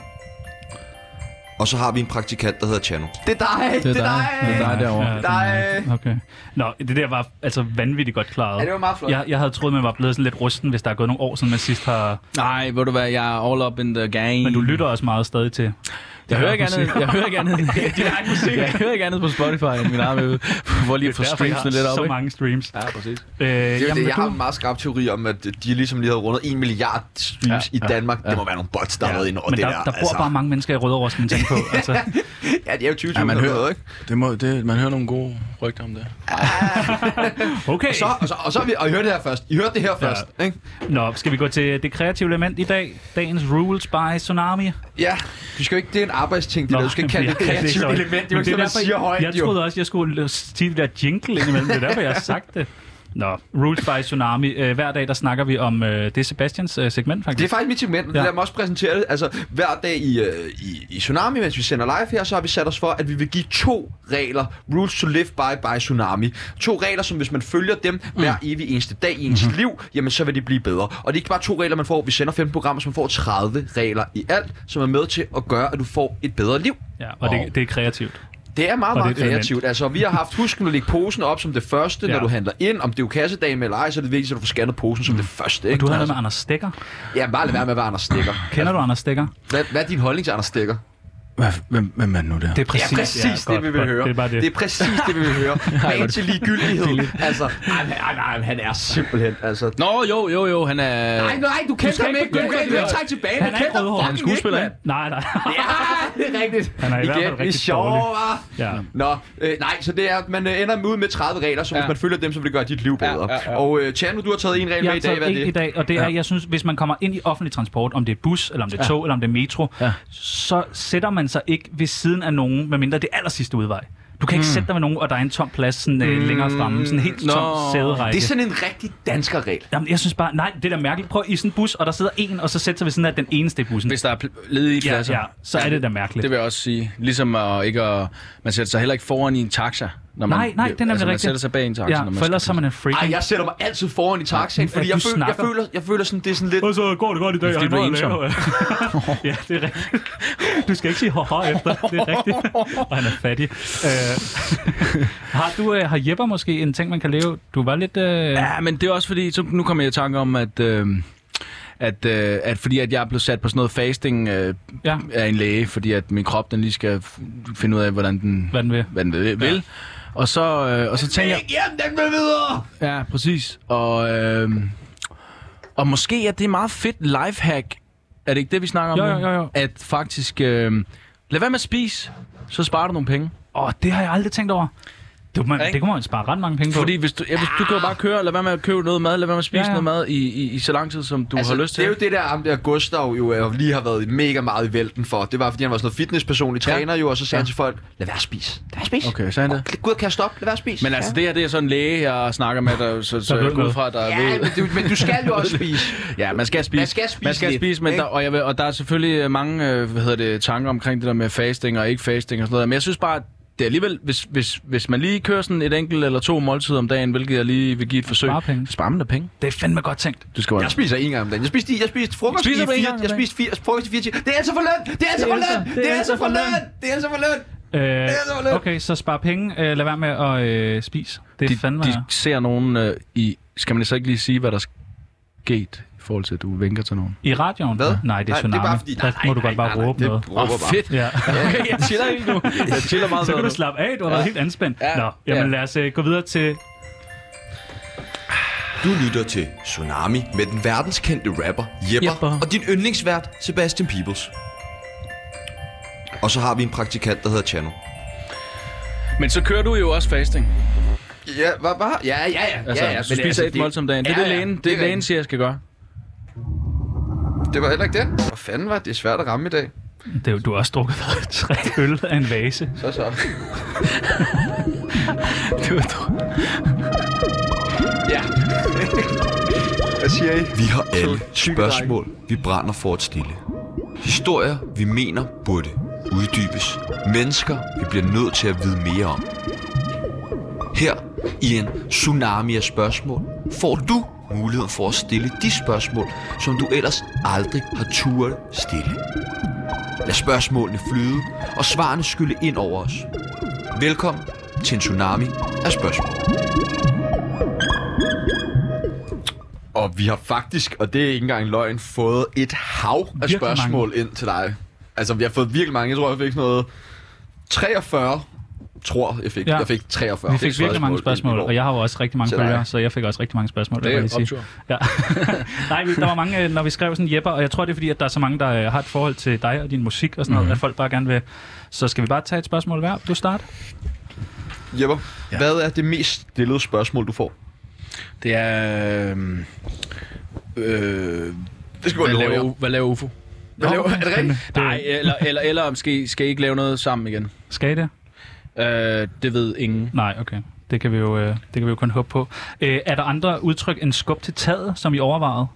Og så har vi en praktikant, der hedder Chano.
Det er dig. Det er dig.
Det er dig derovre.
Ja,
Nej.
Okay. Nå, det der var altså vanvittigt godt klaret.
Ja, det var meget flot.
Jeg, jeg havde troet, man var blevet sådan lidt rusten, hvis der er gået nogle år, siden man sidst har...
Nej, ved du hvad, jeg er all up in the game.
Men du lytter også meget stadig til.
Jeg hører ikke
Ja,
andet. Jeg hører ikke andet. Din egen musik. Jeg hører ikke andet på Spotify end min egen øl. For lige at få
Derfor, jeg har
streamsene lidt op,
så
ikke?
mange streams.
Ja, præcis.
Øh,
Det er jo
jamen,
det, jeg
du,
har en meget skarp teori om, at de ligesom lige havde rundet 1 milliard streams
Ja,
I
ja,
Danmark, det må være nogle bots, der har været inde over
men
det
der,
der.
der bor
altså.
bare mange mennesker i Rødovre, skal man tænke på. Altså,
Ja, det er jo 20
Ja,
ja,
man hører-
noget, ikke?
Det må, det, man hører nogle gode rygter om det.
okay,
Så, og så, og så har vi, og I hørte det her først. I hørte det her først, ikke?
Nå, skal vi gå til det kreative element i dag? Dagens rules by Tsunami.
Ja, du skal jo ikke, det er en arbejdsting, det
Nå,
der. Du skal ikke kalde det
jeg kan
et kreativt
så-
element. Det er jo
Men
ikke sådan, man
derfor,
siger højt,
Jeg
jo.
troede også, jeg skulle sige det der jingle indimellem. Det er derfor, jeg har sagt det. Nå, Rules by Tsunami. Øh, Hver dag, der snakker vi om... øh, Det er Sebastians øh, segment,
Det er
faktisk.
faktisk mit segment, men
Ja.
ja. lad mig også præsentere det. Altså, hver dag i, øh, i, i Tsunami, mens vi sender live her, så har vi sat os for, at vi vil give to regler. Rules to live by by Tsunami. To regler, som hvis man følger dem
Mm.
hver evig eneste dag i
Mhm.
ens liv, jamen så vil det blive bedre. Og det er ikke bare to regler, man får. Vi sender 15 programmer, så man får 30 regler i alt, som er med til at gøre, at du får et bedre liv.
Ja, og det, det er kreativt.
Det er meget,
Og det er
meget
et element.
kreativt. Altså, vi har haft, husk nu at lægge posen op som det første,
Ja. Mm.
når du handler ind. Om det er jo kassedagen eller ej, så er det vigtigt, at du får scannet posen som det første. Ikke?
Du har noget
altså,
med Anders Stikker.
ja, bare lad være med at være Anders Stikker.
Kender du Anders Stikker?
Hvad, hvad er din holdning til Anders Stikker?
Hvem, hvem er nu der?
Det er
Ja, præcis ja, det, vi vil høre.
Det er bare det.
det er præcis det, vi vil høre. Magen til ligegyldighed. altså, nej, nej, nej, han er simpelthen, altså...
Nå, jo, jo, jo, han er...
Nej, nej, du kender
skal
ham
ikke
ikke. Du
begynde
kan
at
ikke
gøre
trække tilbage.
Han
du
er ikke
kender ham
rødhåret. Han er
fucking ikke,
skuespiller,
mand.
Nej, nej.
Ja, det er rigtigt.
Han er i hvert fald
Igen,
rigtig
det er sjovt, hva'?
Ja.
Nå, øh, nej, så det er, at man øh, ender ud med 30 regler, så hvis
Ja.
man følger dem, så vil det gøre dit liv bedre.
ja, ja.
Og øh, Tjerno, du har taget en
Jeg
regel med
har
i dag,
taget
hvad er
en i
det?
dag, og det er, jeg synes, hvis man kommer ind i offentlig transport, om det er bus, eller om det er tog, eller om det er metro,
Ja.
så sætter man sig ikke ved siden af nogen, medmindre det er aller sidste udvej. Du kan ikke sætte dig ved nogen, og der er en tom plads sådan, øh, længere fremme, sådan en helt tom
Nå.
sæderække.
Det er sådan en rigtig dansker regel.
Jamen, jeg synes bare, nej, det er da mærkeligt. Prøv i sådan en bus, og der sidder en, og så sætter sig ved sådan af den eneste i bussen.
Hvis der er pl- ledige
ja,
pladser.
ja, så er det da mærkeligt.
Det vil jeg også sige. Ligesom at ikke at, man sætter sig heller ikke foran i en taxa. Når man,
nej, nej, det er nemlig
altså, man
rigtigt.
sætter sig bag en taxa.
Ja,
når man
for ellers så
skal-
er man en freak.
Ej, jeg sætter mig altid foran i taxaen, fordi
Ja, du
jeg, føl, jeg,
snakker.
føler, jeg føler sådan, det er sådan lidt...
Og så går det godt i dag.
Fordi
jeg har
du er
noget at lave. ja, det er rigtigt. Du skal ikke sige haha efter. Det er rigtigt. Og han er fattig. Øh, har du øh, har Jepper måske en ting, man kan leve? Du var lidt... Øh, ja.
Ja, men det er også fordi, så nu kommer jeg i tanke om, at... Øh, at, øh, at fordi at jeg er blevet sat på sådan noget fasting øh,
ja.
af en læge, fordi at min krop den lige skal f- finde ud af, hvordan den,
Hvad den vil.
hvad den vil. Ja. Og så, øh, og så tænker jeg...
Ikke hjem, den med videre!
Ja, præcis. Og, øh, og måske er det meget fedt lifehack. Er det ikke det, vi snakker om
Jo,
nu?
jo, jo, jo.
At faktisk... Øh, lad være med at spise, så sparer du nogle penge.
Åh, det har jeg aldrig tænkt over. Du, man,
Ikke?
det kunne man spare ret mange penge på.
Fordi hvis du, ja, hvis du kan jo bare køre, lad være med at købe noget mad, lad være med at spise
Ja,
ja,
ja.
ja. noget mad i, i, i så lang tid, som du altså, har lyst til.
det er jo det der, ham der Gustav jo øh, lige har været mega meget i vælten for. Det var, fordi han var sådan noget fitnesspersonlig
Ja.
træner jo, og så sagde han til folk, lad være at spise. Lad være at spise.
Okay, sagde han det?
Gud, kan jeg stoppe? Lad være at spise.
Men altså, det her, det er sådan en læge, jeg snakker med, der, så, så
ved
jeg går ud
noget.
fra, der
ja.
ved...
Ja, men du, men du skal jo også spise.
Ja, man skal spise.
Man skal spise
man skal
lidt,
spise men
ikke?
der, og, jeg, vil- og der er selvfølgelig øh, mange øh, hvad hedder det, tanker omkring det der med fasting og ikke fasting og sådan noget. Men jeg synes bare, at det er alligevel, hvis, hvis, hvis man lige kører sådan et enkelt eller to måltider om dagen, hvilket jeg lige vil give et forsøg,
Sparer penge.
så sparer man da penge.
Det er fandme godt tænkt.
Du skal
Jeg
bare...
spiser en gang om dagen. Jeg spiste, jeg spiste frokost
Spiser
i
du en
fire,
gang om
jeg
dagen?
spiste fire, frokost i fire timer. Det er altså for løn! Det er altså for løn! Det er altså for løn! Det er altså for løn!
Øh,
det var lidt.
okay, så spare penge. Øh, lad være med at øh, spise. Det er
De,
fandme...
de ser nogen øh, i... Skal man så ikke lige sige, hvad der sket i forhold til, at du vinker til nogen?
I radioen?
Hvad?
Nej, det er Tsunami. Der må du godt bare råbe noget.
Åh, fedt.
Ja.
Okay, jeg chiller ikke nu. Jeg chiller meget
Så kan
bedre
du
nu.
slappe af, du har været helt anspændt.
Ja.
Nå,
Ja.
jamen lad os øh, gå videre til...
Du lytter til Tsunami med den verdenskendte rapper Jepper,
Jepper.
Jepper. og din yndlingsvært Sebastian Peebles. Og så har vi en praktikant, der hedder Chano.
Ah,
Men så kører du jo også fasting.
Ja, hvad, hvad? Ja, ja, ja.
Altså,
ja, ja
du spiser altså, et måltid om dagen. Det er
Ja,
det,
ja,
lægen, det,
det er
det lægen
rigtigt.
siger, jeg skal gøre.
Det var heller ikke det. Hvor fanden var det? det er svært at ramme i dag.
Det, er jo- du har også drukket hvad, tre øl af en vase.
Så så.
Du, du.
Ja. Hvad siger I?
Vi har alle
syg
spørgsmål, vi brænder for at stille. Historier, vi mener burde uddybes. Mennesker, vi bliver nødt til at vide mere om. Her i en tsunami af spørgsmål får du muligheden for at stille de spørgsmål, som du ellers aldrig har turet stille. Lad spørgsmålene flyde, og svarene skylle ind over os. Velkommen til en tsunami af spørgsmål.
Og vi har faktisk, og det er ikke engang løgn, fået et hav af
Virkelig
spørgsmål ind til dig. Altså, vi har fået virkelig mange. Jeg tror, jeg fik sådan noget 43 tror jeg fik.
Ja.
Ja. Jeg fik 43
Vi fik virkelig mange spørgsmål, og jeg har jo også rigtig mange
Til dig.
følgere, så jeg fik også rigtig mange spørgsmål. vil
Det
jeg
er
lige sige.
optur.
Ja. Nej, vi- der var mange, øh, når vi skrev sådan Jepper, og jeg tror, det er fordi, at der er så mange, der øh, har et forhold til dig og din musik og sådan noget, at folk bare gerne vil... Så skal vi bare tage et spørgsmål hver? Vil Du starter.
Jepper, ja. hvad er det mest stillede spørgsmål, du får?
Det er... øhm, Øh,
Det skal gå
hvad,
lidt
laver,
hurtigere.
U- hvad laver UFO?
Hvad laver- Er det rigtigt?
Nej, eller, eller, eller måske skal I ikke lave noget sammen igen.
Skal I det?
Øh, det ved ingen.
Nej, okay. Det kan vi jo, øh, det kan vi jo kun håbe på. Øh, er der andre udtryk end skub til taget, som I overvejede?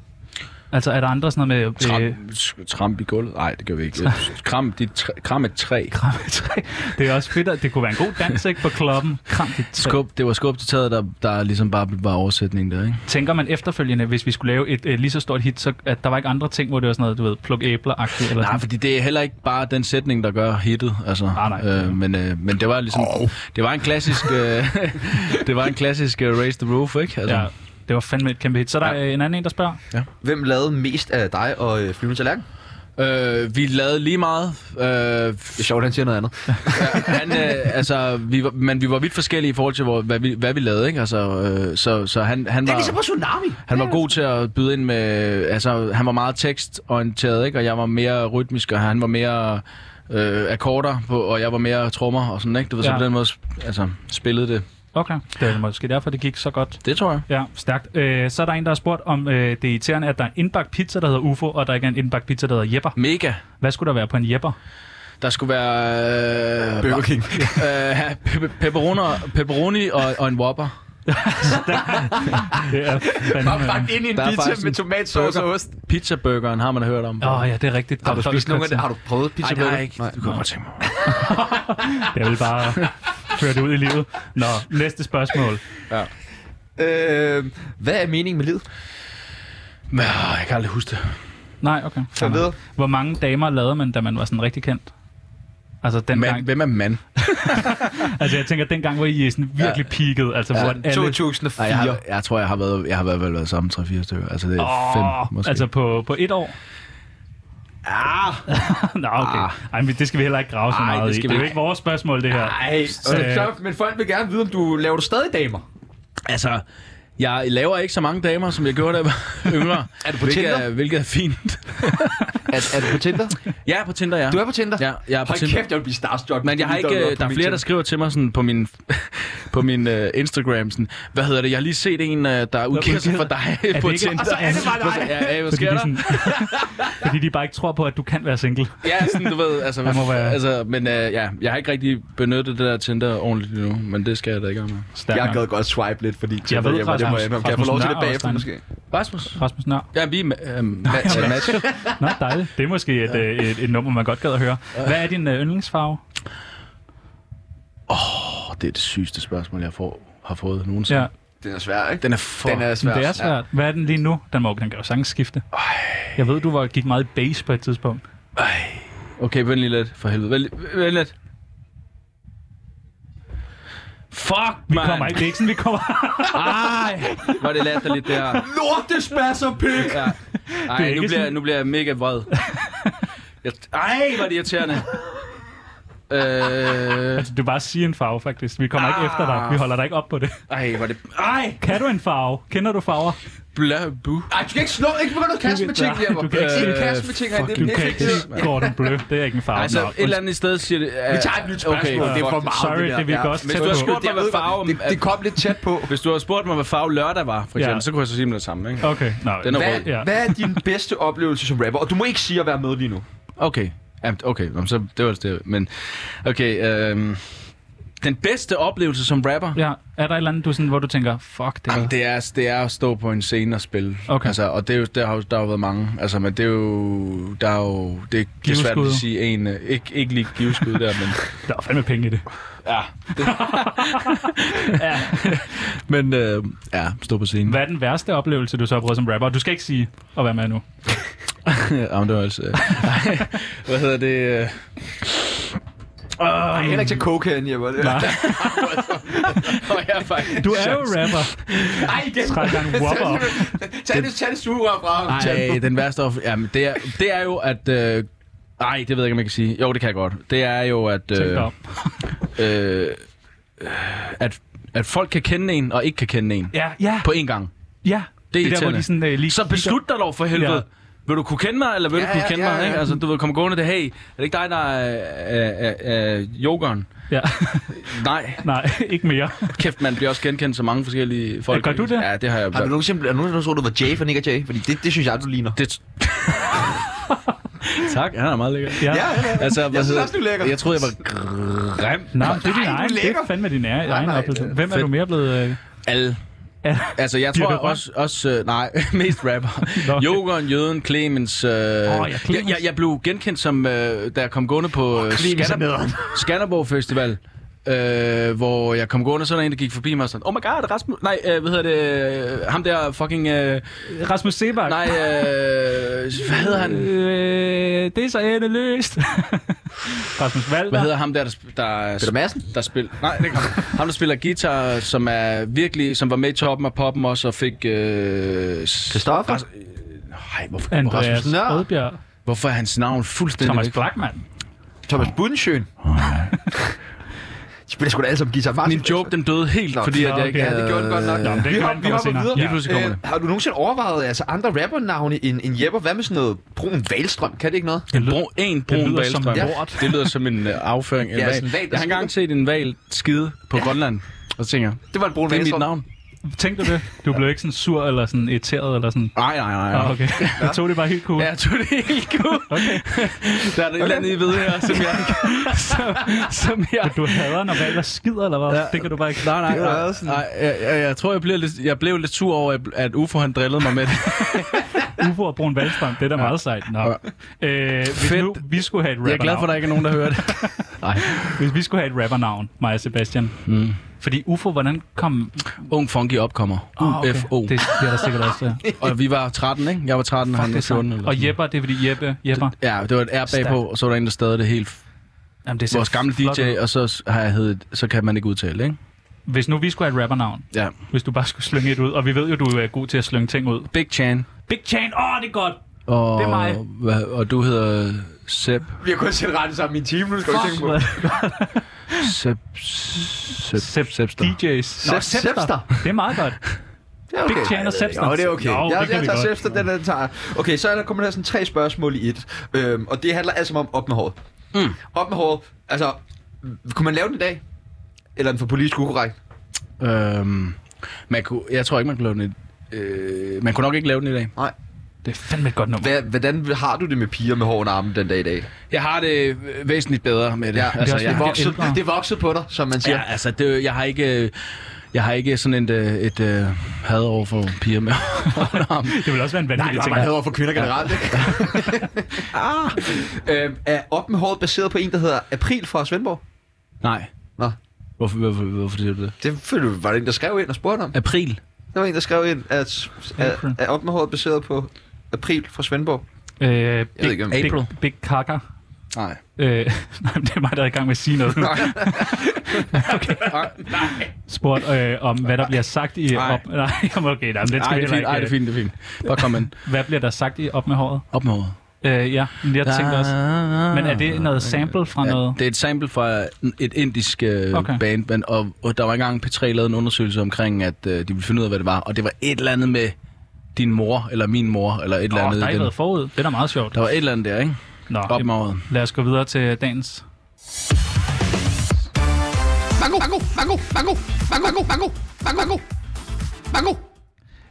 Altså, er der andre sådan noget med...
Tram,
Øh,
sk- tramp i gulvet? Nej, det gør vi ikke. Kram, dit træ, kram et træ.
kram i træ? det er også fedt, at det kunne være en god dans, ikke? På kloppen. Kram dit træ.
Skub, det var skub til taget, der, der ligesom bare var oversætning der, ikke?
Tænker man efterfølgende, hvis vi skulle lave et øh, lige så stort hit, så at der var ikke andre ting, hvor det var sådan noget, du ved, pluk æbler-agtigt? Eller
Nej,
sådan.
fordi det er heller ikke bare den sætning, der gør hittet, altså.
Nej, nej.
Øh, men, øh, men det var ligesom, oh. det var en klassisk, øh, det var en klassisk uh, Raise the Roof, ikke? Altså,
Ja, det var fandme et kæmpe hit. Så er der ja. en anden en, der spørger.
Hvem lavede mest af dig og øh, flyvende tallerken?
øh, vi lavede lige meget,
Det
øh,
er sjovt, han siger noget andet.
han, øh, altså, vi var, men vi var vidt forskellige i forhold til, hvor, hvad, vi, hvad vi lavede, ikke? Altså, øh, så, så han, han var...
ligesom- Tsunami.
Han var god til at byde ind med, altså han var meget tekstorienteret, ikke? og jeg var mere rytmisk, og han var mere øh, akkorder, på, og jeg var mere trommer og sådan, ikke? Du ved, ja.
Ja.
så på den måde sp- altså, spillede det.
Okay, det er måske derfor, det gik så godt.
Det tror jeg.
Ja, stærkt. Øh, så er der en, der har spurgt, om øh, det er irriterende, at der er en indbagt pizza, der hedder UFO, og der ikke er en indbagt pizza, der hedder Jepper.
Mega.
Hvad skulle der være på en Jepper?
Der skulle være... Øh, Burger King. øh, pepperoni, pepperoni og, og en Whopper.
Det er fandme...
Bagt ind i en
Der er
pizza
faktisk
med
en
tomatsauce og
burger.
ost.
Pizzaburgeren har man hørt om.
Åh oh, ja, det er rigtigt.
Har du spist nogen af det? Har du prøvet pizza
Nej, det har jeg ikke. Du kan godt tænke mig.
Jeg vil bare føre det ud i livet. Nå, næste spørgsmål.
Øh, hvad er meningen med livet?
Men, øh, jeg kan aldrig huske det.
Nej, okay.
Kom videre.
Hvor mange damer lavede man, da man var sådan rigtig kendt? Altså den
Man,
gang,
hvem er mand?
altså jeg tænker den gang, hvor I sådan virkelig ja. peakede, altså ja. hvor alle...
2004.
Ej, jeg, har, jeg, tror, jeg har været, jeg har været, været sammen 3-4 stykker. Altså, det er oh, fem, måske.
altså på, på et år? Ah. Nå, okay. Ej, men det skal vi heller ikke grave så
Ej,
meget
det
i. Det
skal vi
er jo
ikke.
ikke vores spørgsmål, det her.
Ej, øh, så, men folk vil gerne vide, om du laver du stadig damer.
Altså, jeg laver ikke så mange damer, som jeg gjorde, da jeg var yngre.
Er du på
hvilket
Tinder?
Er, hvilket er fint.
Er, er du på Tinder?
Jeg er på Tinder, ja.
Du er på Tinder?
Ja, jeg er på
Hold
Tinder.
kæft, jeg vil blive starstruck.
Men jeg har ikke, øh, der er flere, der skriver til mig sådan på min, på min uh, Instagram, sådan, hvad hedder det, jeg har lige set en, uh, der er udgivet sig for dig
det
på
ikke-
Tinder.
Og så er det
bare dig. Ja, ja, hvad
Fordi
sker
de,
der?
sådan, fordi de bare ikke tror på, at du kan være single.
Ja, sådan, du ved, altså,
må være-
altså men uh, ja, jeg har ikke rigtig benyttet det der Tinder ordentligt endnu, men det skal jeg da ikke om.
Stærk
Jeg
nok.
gad godt swipe lidt, fordi Tinder
ved,
hjemme, det må
Rasmus-
jeg indrømme. Kan jeg få lov til det
Rasmus
bagefter,
Nøhr
måske?
Rasmus?
Rasmus Nør.
Ja, vi er um, match.
Nå, dejligt. Det er måske et, ja. et, et, et nummer, man godt gad at høre. Hvad er din øh, yndlingsfarve?
Åh, det er det sygeste spørgsmål, jeg får, har fået nogensinde.
Ja,
Ja.
Den er svær, ikke?
Den er for...
Den er svær.
det er svært. Hvad er den lige nu? Den, må, den kan jo sagtens skifte. Jeg ved, du var, gik meget i base på et tidspunkt.
Okay, vent lige lidt, for helvede. Vent, lige- vent lidt. Fuck,
Vi
man.
kommer ikke, det er ikke sådan, vi kommer...
Ej, var det latterligt, det her.
Lortespasser, pik!
Ja. Ej,
ikke
nu bliver,
sådan-
nu bliver jeg mega vred. Jeg, ej, var det irriterende. Øh,
altså, du bare sige en farve, faktisk. Vi kommer ah. ikke efter dig. Vi holder dig ikke op på det.
ej, var det... Ej!
Kan du en farve? Kender du farver?
Bla, bu.
Ej, du kan ikke slå, ikke begynde at kaste med ting, Jeppe.
Du kan ikke- Øh,
ikke kaste med ting, her, det
Du
er
kan
pisse.
ikke sige Gordon Bleu. Det er ikke en farve.
Altså,
Nå,
et eller andet sted siger det... Uh,
Vi tager et nyt spørgsmål.
Okay.
Det er for meget,
Sorry,
det der.
det vil jeg
Ja.
godt
Hvis
tæt
du har
på.
spurgt mig, hvad farven...
Det, det kom lidt tæt på.
Hvis du havde spurgt mig, hvad farve lørdag var, for
Ja.
eksempel, ja. så kunne jeg så sige med det samme, ikke?
Okay, nå.
Den er
Hvad,
rød.
Ja.
hvad er din bedste oplevelse som rapper? Og du må ikke sige at være med lige nu.
Okay. Jamen, okay, Nå, så det var det. Men, okay, øhm, den bedste oplevelse som rapper,
Ja, er der et eller andet, du sådan, hvor du tænker, fuck det
Jamen,
der?
det er, det er at stå på en scene og spille.
Okay.
Altså, og det er jo, der, har, jo- der har jo været mange. Altså, men det er jo... Der er jo det er, det er svært at
Giveskud.
sige en... øh, Ikke, ikke lige giveskud der, men...
Der er fandme penge i det.
Ja. Det. ja. men øh, ja, stå på scenen.
Hvad er den værste oplevelse, du så har prøvet som rapper? Og Du skal ikke sige at være med nu.
ja, men det var altså... Øh, ej, hvad hedder det? Øh,
Nej, heller ikke til coke herinde, Jeppe.
Nej.
og jeg er faktisk...
Du er jo rapper.
Nej, igen.
Træk en whopper op.
Tag det, tag det sugerør fra ham.
Nej, den værste off- jamen, det, er, det er jo, at... Øh, ej, det ved jeg ikke, om jeg kan sige. Jo, det kan jeg godt. Det er jo, at...
Tænk dig om.
øh, øh, at, at folk kan kende en, og ikke kan kende en.
Ja, ja,
På én gang.
ja. Det er der, hvor
irriterende.
de sådan, øh, lige
Så beslut dig dog for helvede.
Ja.
Ja. Vil du kunne kende mig, eller vil ja, du kunne ja, kende ja, mig? Ikke? Altså, du vil komme gående til, hey, er det ikke dig, der er, er, er, er yogeren?
Ja.
Nej,
Nej, ikke mere.
kæft, man bliver også genkendt så mange forskellige folk.
gør du det?
Ja, det har jeg.
Har du nogensinde, er du nogensinde troet, du var Jay for Nick og Jay? Fordi det, det synes jeg, du ligner.
Det... tak, han er meget lækker.
Ja,
Ja.
ja, ja.
Altså, hvad
Jeg synes
hedder-
også, du er lækker.
Jeg troede, jeg var grim.
Nå, det er din egen. Det
lækker.
er fandme din egen egen
nej,
oplevelse. Hvem er
fedt.
du mere blevet... Øh...
Alle.
Ja.
Altså, jeg
Bliver
tror
du rømt?
også... også øh, nej, mest rapper.
Nå.
Jokeren, Jøden, Clemens. Øh, oh,
ja, Clemens.
Jeg, jeg, jeg blev genkendt som, øh, da jeg kom gående på øh, Skanderborg, Skanderborg Festival. Øh, hvor jeg kom gående, og så var der en, der gik forbi mig og sådan, oh my god, Rasmus, nej, øh, hvad hedder det, øh, ham der fucking, øh,
Rasmus Sebak.
nej, øh, hvad hedder han,
Øh, det er så endeløst. Rasmus Valder.
hvad hedder ham der, der, sp- der
Peter Madsen?
der spiller... Nej, det kan Ham, der spiller guitar, som er virkelig... Som var med i toppen af poppen også, og fik... Øh, s-
Christoffer?
Ras- øh, Nej, hvorfor,
Andreas
Rasmus Nøhr.
Rødbjerg.
hvorfor er hans navn fuldstændig...
Thomas
væk?
Blackman.
Thomas Budensjøen? De spiller sgu da alle sammen guitar. Martin,
Min joke, den døde helt,
Nå,
fordi
nå,
at jeg ikke
okay.
havde...
Ja,
Det gjorde den godt nok.
Nå, men det
vi
kan
hopper,
han
vi
komme
hopper
senere.
videre.
Ja. Lige pludselig kommer
Øh,
det.
har du nogensinde overvejet altså andre rappernavne end, end Jeppe? Hvad med sådan noget brun valstrøm? Kan det ikke noget?
Det lyder-
Bro, en brun
lyder som
valstrøm.
lort.
Det lyder som en øh, afføring. En
Ja,
hval.
sådan en hval, der
jeg har engang set en val skide på Grønland. Og så tænker jeg,
Det var en brun
det er mit
valstrøm.
navn.
Tænkte du det? Du blev ikke sådan sur eller sådan irriteret eller sådan...
Nej, nej, nej.
Ah,
nej.
okay. Jeg tog det bare helt cool.
Ja, jeg tog det helt cool. Okay. Der er et eller andet, I ved her, som jeg, som, som jeg
Du hader, når valder skider, eller hvad?
Ja.
Det kan du bare ikke...
Nej, nej,
Det var
nej,
også sådan-
nej jeg, jeg, jeg tror, jeg blev, lidt, jeg blev lidt sur over, at- at UFO han drillede mig med det.
Ufo og Brun Valstrøm, det er da meget sejt. Nå. Øh, hvis
Fedt.
nu vi skulle have et
Jeg er glad for, at der
rappernavn,
ikke er nogen, der hører det. Nej.
hvis vi skulle have et rappernavn, mig og Sebastian. Mm. Fordi Ufo, hvordan kom... Ah,
Ung Funky opkommer. UFO.
Det bliver der sikkert også. ja.
Og vi var 13, ikke? Jeg var 13, og han var
Det er
14. Eller
sådan. Og Jepper, det er fordi Jeppe... Jepper.
sådan. Ja, det var et R bagpå, og så var der en, der stadig det helt...
Jamen, det ser
Vores gamle
flot
DJ,
ud.
og så, har jeg heddet, så kan man ikke udtale, ikke?
Hvis nu vi skulle have et rappernavn,
Ja.
hvis du bare skulle slynge et ud, og vi ved jo, du er god til at slynge ting ud.
Big Chan.
Big Chain, åh, oh, det er godt!
Og,
Det er mig.
Hvad, og du hedder Seb.
Vi har kun set rettet sammen i en time, nu skal vi tænke på.
Seb. Seb.
Seb,
Sebster.
DJs. Nå,
Seb- Sebster.
Det er meget godt.
Det er okay.
Big Chain og Sebster.
Jo, det er okay.
Jo,
Jo, jeg,
det kan
jeg
vi
tager
godt.
efter den, den tager. jeg.
Okay, så er der kommer der sådan tre spørgsmål i et. Øhm, og det handler altså om op med håret. Mm. Op med håret. Altså, kunne man lave den i dag? Eller er den for politisk ukorrekt?
Øhm, man kunne, jeg tror ikke, man kunne lave den i, øh, man kunne nok ikke lave den i dag.
Det er fandme et godt nummer.
Hva, hvordan har du det med piger med hår under armen den dag i dag?
Jeg har det øh, væsentligt bedre med det.
Ja,
Ja,
det er
altså,
også
jeg,
lidt
Det
Ja,
voksede,
ældre.
det voksede på dig, som man siger.
ja, altså det, jeg har ikke... øh, Jeg har ikke sådan et, øh, et øh, had over for piger med underarm.
Det vil også være en vanvittig ting.
man havde over for kvinder generelt, ikke? ah. øhm, er op med håret baseret på en, der hedder April fra Svendborg?
Nej.
Nå.
Hvorfor, hvorfor, hvorfor siger du det?
Det følte- var det en, der skrev ind og spurgte om.
April.
Der var en, der skrev ind, at, at,
April.
at op med håret baseret på April fra Svendborg.
Øh,
ved ikke, om-
big, big, big Kaka.
Nej.
Øh, nej, men det er mig, der er i gang med at sige noget. okay. Spurgt øh, om, hvad der bliver sagt i...
Nej.
Op, nej, jamen, okay, nej, men det skal
Ej,
vi heller
det er fint,
ikke... øh,
ej, det er fint, det er fint. Bare kom ind.
Hvad bliver der sagt i Op med håret?
Op med hovedet.
Øh, ja, men jeg tænkte også... Men er det noget sample fra
Ja,
noget...
det er et sample fra et indisk øh,
Okay.
okay. band, men, og, og der var engang P3 lavede en undersøgelse omkring, at øh, de ville finde ud af, hvad det var, og det var et eller andet med din mor, eller min mor, eller et
Nå,
eller andet.
der
i
har ikke
den-
været forud. Det er da meget sjovt.
der var et eller andet der, ikke?
Nå,
Op med
jamen,
hovedet.
lad os gå videre til dagens...
Mango, mango, mango, mango, mango, mango, mango, mango, mango.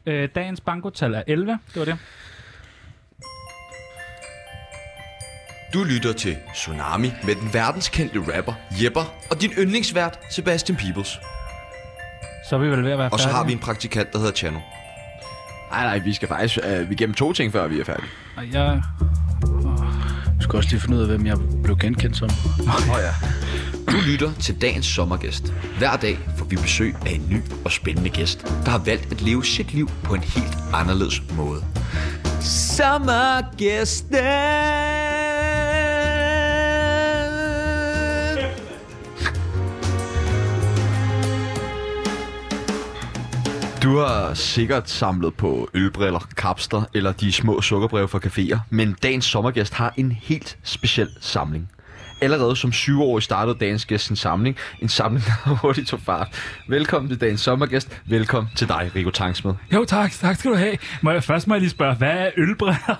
Øh, dagens bankotal er 11. Det var det.
Du lytter til Tsunami med den verdenskendte rapper Jepper og din yndlingsvært Sebastian Peebles.
Så er vi vel ved at være
Og så har vi
færdige.
en praktikant, der hedder Chano.
Nej, nej, vi skal faktisk øh, vi gennem to ting, før vi er færdige.
Og jeg...
Du skal også lige finde ud af, hvem jeg blev genkendt som.
Du lytter til dagens sommergæst. Hver dag får vi besøg af en ny og spændende gæst, der har valgt at leve sit liv på en helt anderledes måde. Sommergæsten!
Du har sikkert samlet på ølbriller, kapster eller de små sukkerbreve fra caféer, men dagens sommergæst har en helt speciel samling. Allerede som syvårig startede dagens gæst sin samling. En samling, der hurtigt tog fart. Velkommen til dagens sommergæst. Velkommen til dig, Rico Tangsmed.
Jo, tak. Tak skal du have. Må jeg, først må jeg lige spørge, hvad er ølbrækker?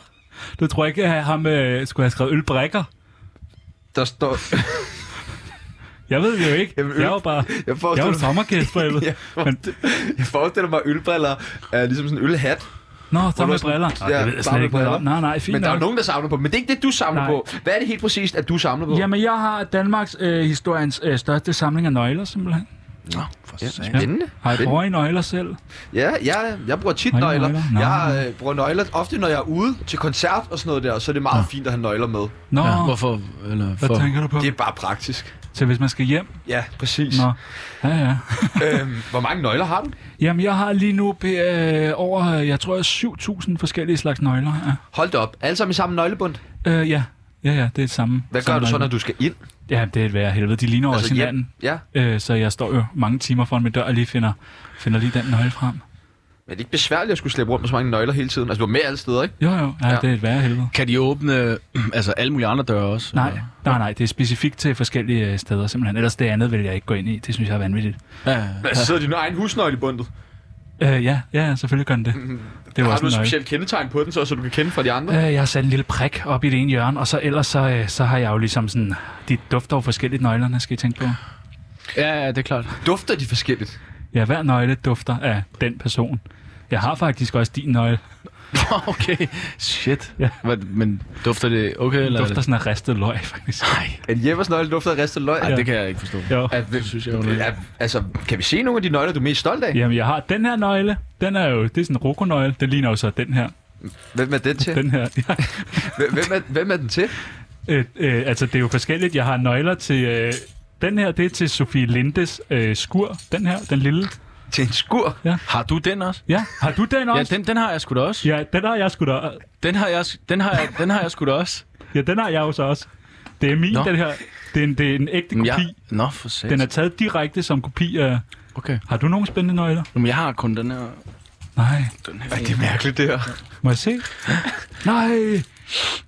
Du tror ikke, at ham øh, skulle have skrevet ølbrækker?
Der står...
Jeg ved det jo ikke.
Jamen, øl-
jeg var bare...
Jeg
Jeg var
forestiller, mig,
sommergæst, for helvede. Men,
jeg forestiller mig, at ølbriller er ligesom sådan en ølhat.
nå, så
du
med
sådan-
briller. Nå,
Ja,
det ved jeg
bare med
slet ikke noget
briller.
om. Nej, nej, fint
Men der er
nok.
jo nogen, der samler på. Men det er ikke det, du samler
Nej.
på. Hvad er det helt præcist, at du samler på?
Jamen, jeg har Danmarks øh, historiens øh, største samling af nøgler, simpelthen.
Nå, for ja.
Spændende.
Har jeg
Fedt.
bruger I nøgler selv?
Ja, jeg, jeg bruger tit
Har I
nøgler.
nøgler? Nå.
Jeg øh, bruger nøgler ofte, når jeg er ude til koncert og sådan noget der, så er det meget ja. fint at have nøgler med.
Nå,
Ja,
ja,
hvorfor? Eller for,
hvad tænker du på?
Det er bare praktisk.
Til hvis man skal hjem?
Ja, præcis.
Nå, ja, ja.
Øhm, hvor mange nøgler har du?
Jamen, jeg har lige nu øh, over, øh, jeg tror, 7.000 forskellige slags nøgler. Ja,
Hold da op. Alle sammen i samme nøglebund.
øh, ja. ja, ja det er det samme.
Hvad gør
samme
du så,
nøgle.
når du skal ind?
Ja, det er et værre helvede. De ligner altså, også
hjem?
hinanden.
Ja.
Øh, så jeg står jo mange timer foran min dør og lige finder, finder lige den nøgle frem.
Men er det ikke besværligt at skulle slæbe rundt med så mange nøgler hele tiden? Altså, du er med alle steder, ikke?
Jo, jo, ja,
Ja.
ja. det er et værre helvede.
Kan de åbne altså alle mulige andre døre også?
Nej,
eller?
nej, nej, det er specifikt til forskellige øh, steder simpelthen. Ellers det andet vil jeg ikke gå ind i. Det synes jeg er vanvittigt.
Ja, ja.
Altså, sidder din egen husnøgle i bundet?
Øh, ja, ja, selvfølgelig gør den det. Det var
Mm-hmm. Har
også
du et
en nøgle.
specielt kendetegn på den, så, så du kan kende fra de andre?
Øh, jeg har sat en lille prik op i det ene hjørne, og så ellers så, øh, så har jeg jo ligesom sådan... De dufter jo forskelligt nøglerne, skal I tænke på.
ja, ja, det er klart.
Dufter de forskelligt?
Ja, hver nøgle dufter af den person. Jeg har faktisk også din nøgle.
okay, shit.
Ja.
Hvad, men dufter det okay?
Den
Eller er
dufter
det?
sådan af ristet løg, faktisk.
Nej,
At Jeppers nøgle dufter af ristet løg?
ja. det kan jeg ikke forstå.
Jo.
Er, hvem,
synes jeg er underligt.
er, altså, kan vi se nogle af de nøgler, du er mest stolt af?
Jamen, jeg har den her nøgle. Den er jo... Det er sådan en rokonøgle. Den ligner jo så den her.
Hvem er den til?
Den her. Ja.
Hvem- Hvem er, hvem er den til?
Øh, øh, altså, det er jo forskelligt. Jeg har nøgler til... Øh, den her, det er til Sofie Lindes øh, skur. Den her, den lille.
Til en skur?
Har du den også?
Ja, har du den
Ja,
også?
den, den har jeg sgu da også.
Ja, den har jeg sgu da.
Den har jeg, s- den har jeg, den har jeg sgu da også.
Ja, den har jeg jo så også. Det er min,
Nå.
den her. Det er en, det er en ægte kopi.
Jamen, jeg, nå, for sat.
Den er taget direkte som kopi af...
Okay.
Har du nogen spændende nøgler?
Jamen, jeg har kun den her.
Nej.
Den her.
Det er mærkeligt, det her.
Må jeg se? Nej.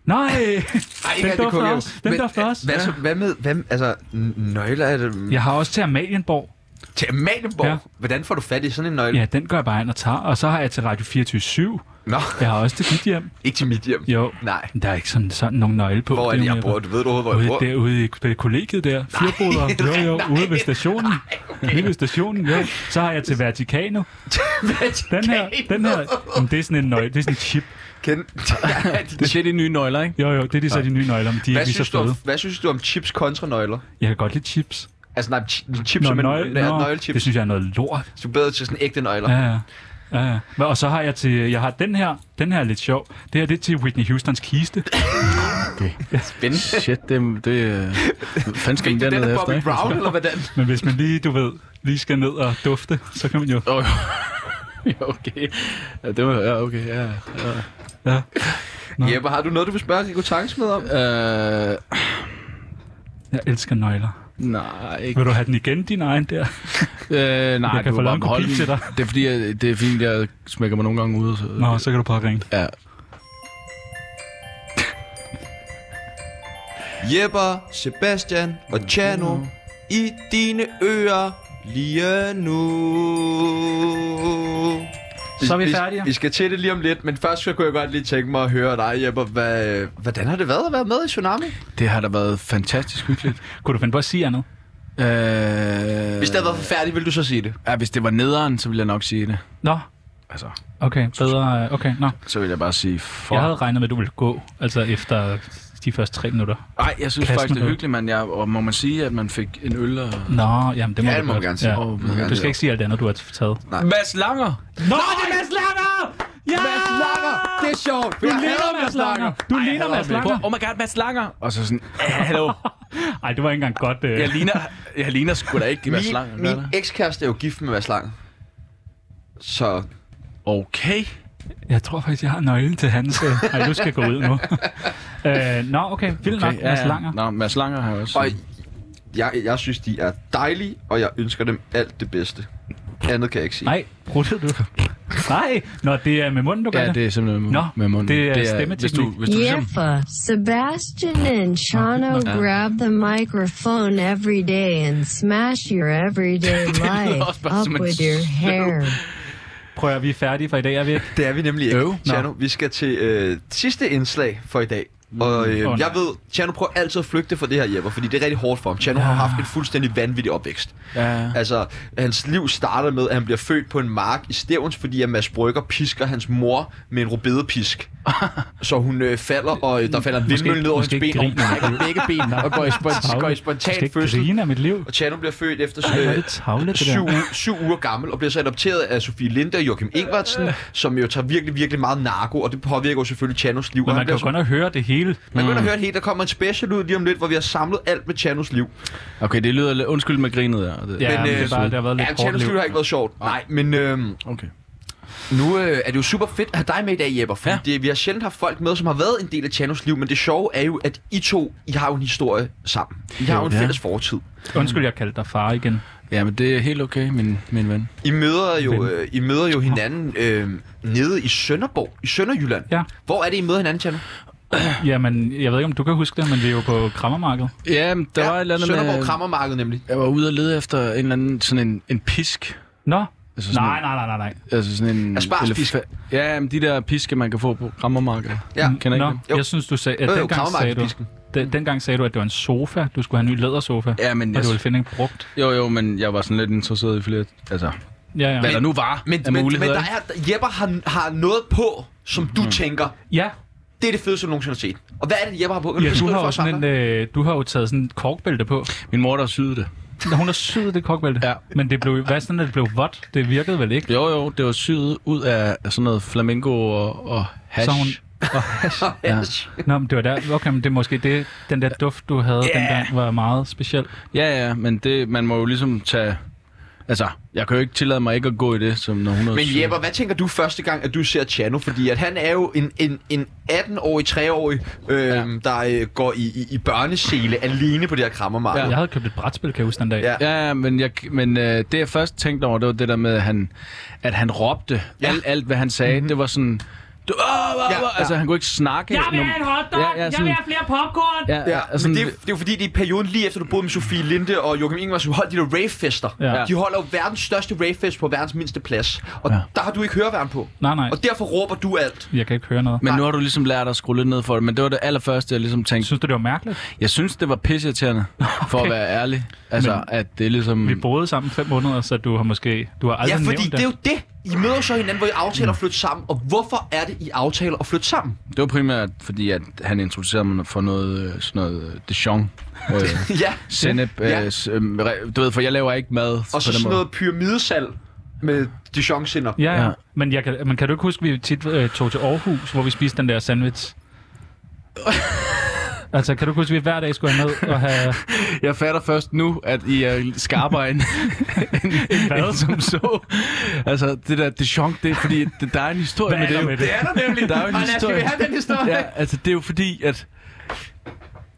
Nej.
Ej,
Den
alt det
dufter
kunne jeg
også.
jo.
Den
Men,
dufter
øh,
også.
Hvad,
Ja.
så, hvad med, hvad, altså, n- nøgler er det...
Jeg har også til Amalienborg.
Til Amalienborg?
Ja.
Hvordan får du fat i sådan en nøgle?
Ja, den går jeg bare ind og tager. Og så har jeg til Radio 24
Nå,
Jeg har også til dit hjem.
ikke til mit hjem.
Jo.
Nej.
Der er ikke sådan, sådan nogen nøgle på.
Hvor er det, jeg bor? Du ved du overhovedet, hvor jeg bor?
Ude derude i på kollegiet der. Fireboder. Jo, jo. Ude ved stationen. Ude ved stationen, jo. Så har jeg til Verticano. Den her, den her. Jamen, det er sådan en nøgle. Det er sådan en chip.
Kend...
Det er de nye nøgler, ikke?
Jo, jo. Det er de så de nye nøgler, men de er
hvad,
ikke lige
synes
så
du om,
fede.
hvad synes du om chips kontra nøgler?
Jeg kan godt lide chips.
Altså nej, chi- chips som en nøgle, nøglechips.
det synes jeg er noget lort.
Du er bedre til sådan ægte nøgler.
Ja,
Ja.
ja. Ja, ja. Hva- Og så har jeg til, jeg har den her, den her er lidt sjov. Det her, det er til Whitney Houstons kiste.
Spændende.
Mm. Shit, det, det øh, fanden skal den
Det er den af
dernede efter,
Bobby
ikke?
Brown, eller hvordan?
Men hvis man lige, du ved, lige skal ned og dufte, så kan man jo...
Åh, ja, okay. Ja, det var, ja, okay, ja. ja.
Ja.
Jeppe, har du noget, du vil spørge Rico Tanks med om?
Øh,
Jeg elsker nøgler.
Nej, ikke.
Vil du have den igen, din egen der?
Øh, nej,
Jeg kan
du
få
må
lavet
bare
en kopi
beholde den.
til dig.
Det er fordi, jeg, det er fint, jeg smækker mig nogle gange ud. Så,
Nå, så kan du bare ringe.
Ja.
Jepper, Sebastian og Chano i dine ører lige nu.
Så er vi færdige.
Vi skal til det lige om lidt, men først så kunne jeg godt lige tænke mig at høre dig, Jeppe. Hvad, hvordan har det været at være med i Tsunami?
Det har da været fantastisk hyggeligt.
Kunne du finde på at sige andet?
øh,
Hvis det havde været forfærdeligt, ville du så sige det?
ja, hvis det var nederen, så ville jeg nok sige det.
Nå,
Altså,
okay, bedre. øh, Okay, nå.
så ville jeg bare sige, fuck.
Jeg havde regnet med, at du ville gå, altså efter de første tre minutter.
Nej, jeg synes
Kasten
faktisk, det er
hed.
hyggeligt, man. Jeg, og må man sige, at man fik en øl og...
Nå, jamen det må
Ja,
du
det må
godt.
man gerne sige.
Ja.
Åh,
man
Du skal ikke sige alt andet, du har taget.
Mads Langer!
Nå, det er Mads Langer! Ja!
Mads Langer! Det er sjovt!
Du ligner Mads Langer! Du ligner Mads Langer!
Oh my god, Mads Langer! Og så sådan, "Ja, hallo,
Ej, det var ikke engang godt. Øh.
jeg ligner, jeg ligner sgu da ikke Mads Langer.
Min,
gør
min
jeg?
ekskæreste er jo gift med Mads Langer. Så
Okay.
Jeg tror faktisk, jeg har nøglen til hans. øh. Ej, du skal gå ud nu. øh, nå, okay. Vildt okay, nok, Mads Langer.
Nå, Mads Langer har jeg også.
Og jeg, jeg synes, de er dejlige, og jeg ønsker dem alt det bedste. Andet kan jeg ikke sige.
Nej, pruttede du? Nej, nå, det er med munden, du gør
Ja,
det.
det er simpelthen med,
Nå,
med munden.
det er
hvis
stemmeteknik.
du, hvis du ligesom,
Yepa, Sebastian and Shano grab the microphone every day and smash your everyday life
bare
up
som en
with your hair.
Prøv at høre, vi er færdige for i dag, er vi ikke?
Det er vi nemlig ikke,
Øv.
Tjerno. Vi skal til øh, sidste indslag for i dag. Og øh,
Mm. Åh,
oh,
nej.
jeg ved, Tjerno prøver altid at flygte fra det her, Jeppe, fordi det er rigtig hårdt for ham. Tjerno ja. har haft en fuldstændig vanvittig opvækst.
Ja.
Altså, hans liv starter med, at han bliver født på en mark i Stævns, fordi at Mads Brygger pisker hans mor med en rubedepisk. så hun øh, falder, og øh, der falder en
Måske
vindmølle ned over
ikke-
hendes ben, og hun
måske ikke
brækker begge ben og går i, spon-
Tavle.
går i
Jeg skal
spontan
ikke
fødsel.
grine af mit liv.
Og Tjerno bliver født efter
Ej, hvor er
øh,
det tavle, det
syv,
der.
uger- syv uger gammel, og bliver så adopteret af Sofie Linde og Joachim Ingvartsen, som jo tager virkelig, virkelig meget narko, og det påvirker jo selvfølgelig Chanos liv.
Men
og
man
han
kan
bliver
jo
så-
godt Mm. nok høre det hele.
man kan godt høre det helt, der kommer en special ud lige om lidt, hvor vi har samlet alt med Chanos liv.
Okay, det lyder lidt... Undskyld med grinet der. Det,
Ja, men,
øh,
det, er bare, det har været
Ja,
lidt hårdt
Chanos
liv.
liv har ikke været sjovt. Nej, men øh,
Okay.
nu øh, er det jo super fedt at have dig med i dag, Jepper, for
Ja.
ja. det, vi har sjældent haft folk med, som har været en del af Chanos liv, men det sjove er jo, at I to, I har jo en historie sammen. I har jo en
Ja.
fælles fortid.
Undskyld, jeg kaldte dig far igen.
Ja, men det er helt okay, min, min ven.
I møder jo, øh, I møder jo hinanden øh, nede i Sønderborg, i Sønderjylland.
Ja.
Hvor er det, I møder hinanden, Tjerno?
Jamen, jeg ved ikke, om du kan huske det, men vi er jo på krammermarkedet.
Ja, men der ja, var et eller andet
Sønderborg
med...
Krammermarked nemlig.
Jeg var ude og lede efter en eller anden, sådan en, en pisk.
Nå,
Altså sådan
nej,
en-
nej, nej, nej, nej.
Altså sådan en...
Aspargespisk.
elefa- Ja, men de der piske, man kan få på krammermarkedet.
Ja.
Kender I
Nå,
ikke dem?
Jo.
jeg synes, du sagde, at
Jo, jo,
dengang sagde, du,
krammermarkedspisken.
den, dengang sagde du, at det var en sofa, du skulle have en ny lædersofa,
Ja, men
og
jeg...
du ville finde en brugt.
Jo, jo, men jeg var sådan lidt interesseret i flere... Altså,
Ja, ja.
hvad der nu var
Men,
af
men, men
muligheder. Mm.
der er, Jeppe har, har noget på, som du tænker,
ja,
det er det fedeste, du nogensinde har set. Og hvad er det, Jeppe har på? Kan
ja du,
beskrive
har
det for
jo
os
sådan en,
andre?
øh, du har jo taget sådan et korkbælte på.
ikke? Min mor, der syede det.
Nå, Hun har syet det korkbælte.
Ja.
Men det blev, hvad sådan, at det blev vådt? Det virkede vel ikke?
Jo, jo, det var syet ud af af sådan noget flamingo og, og hash.
Så hun,
Ja.
Nå, men det var der. Okay, men det er måske det, den der duft, du havde yeah. dengang, var meget speciel.
Ja, ja, men det, man må jo ligesom tage... Altså, jeg kan jo ikke tillade mig ikke at gå i det, som når hun er
Men
syg.
Jeppe, hvad tænker du første gang, at du ser Chano? Fordi at han er jo en, en, en 18-årig, 3-årig, øh, ja. der øh, går i, i, i børnesele alene på det her krammermarked.
Jeg havde købt et brætspil, kan jeg huske den dag.
Ja.
Ja, ja, men, jeg, men øh, det jeg først tænkte over, det var det der med, at han, at han råbte ja. alt, alt, hvad han sagde. Mm-hmm. Det var sådan... Du, åh, åh,
Ja,
ja,
ja.
Altså, han kunne ikke snakke. Jeg vil have en hotdog! Ja, ja, sådan, jeg vil have flere popcorn! Ja,
Ja,
ja,
men
og altså sådan,
det, er, det er jo fordi, det er perioden lige efter, du boede med Sofie Linde og Joachim Ingemar, som holdt de der ravefester.
Ja.
Ja. De holder jo verdens største ravefest på verdens mindste plads. Og
Ja.
ja. der har du ikke høreværn på.
Nej, nej.
Og derfor råber du alt.
Jeg kan ikke høre noget.
men nu har du ligesom lært at skrue lidt ned for det, men det var det allerførste, jeg ligesom tænkte.
Synes du, det var mærkeligt?
Jeg synes, det var pisseirriterende, for at
Okay.
være ærlig. Altså,
Men-
men, at det er ligesom...
Vi boede sammen fem måneder, så du har måske... Du har
Ja,
aldrig
fordi
nævnt
det er jo det. I møder så hinanden, hvor I aftaler at flytte sammen. Og hvorfor er det, I aftaler at flytte sammen?
Det var primært fordi, at han introducerede mig for noget, øh, sådan noget øh, Dijon. Øh,
Ja.
Sennep,
Ja.
øh, s- øh, re- du ved, for jeg laver ikke mad på
Og så
den
sådan
måde.
noget pyramidesal med dijon -sinder.
Ja, ja.
Ja.
Men, jeg kan, men kan du ikke huske, at vi tit øh, tog til Aarhus, hvor vi spiste den der sandwich? altså, kan du ikke huske, at vi hver dag skulle have ned og have...
Jeg fatter først nu, at I er skarpere end, end, end som så. Altså, det der Dijon, det er fordi, det, der er en historie
Hvad
med
er
det.
der
jo.
med det?
er der nemlig.
Der er jo en
Og lad os- skal
historie.
vi have den historie?
Ja, altså, det er jo fordi, at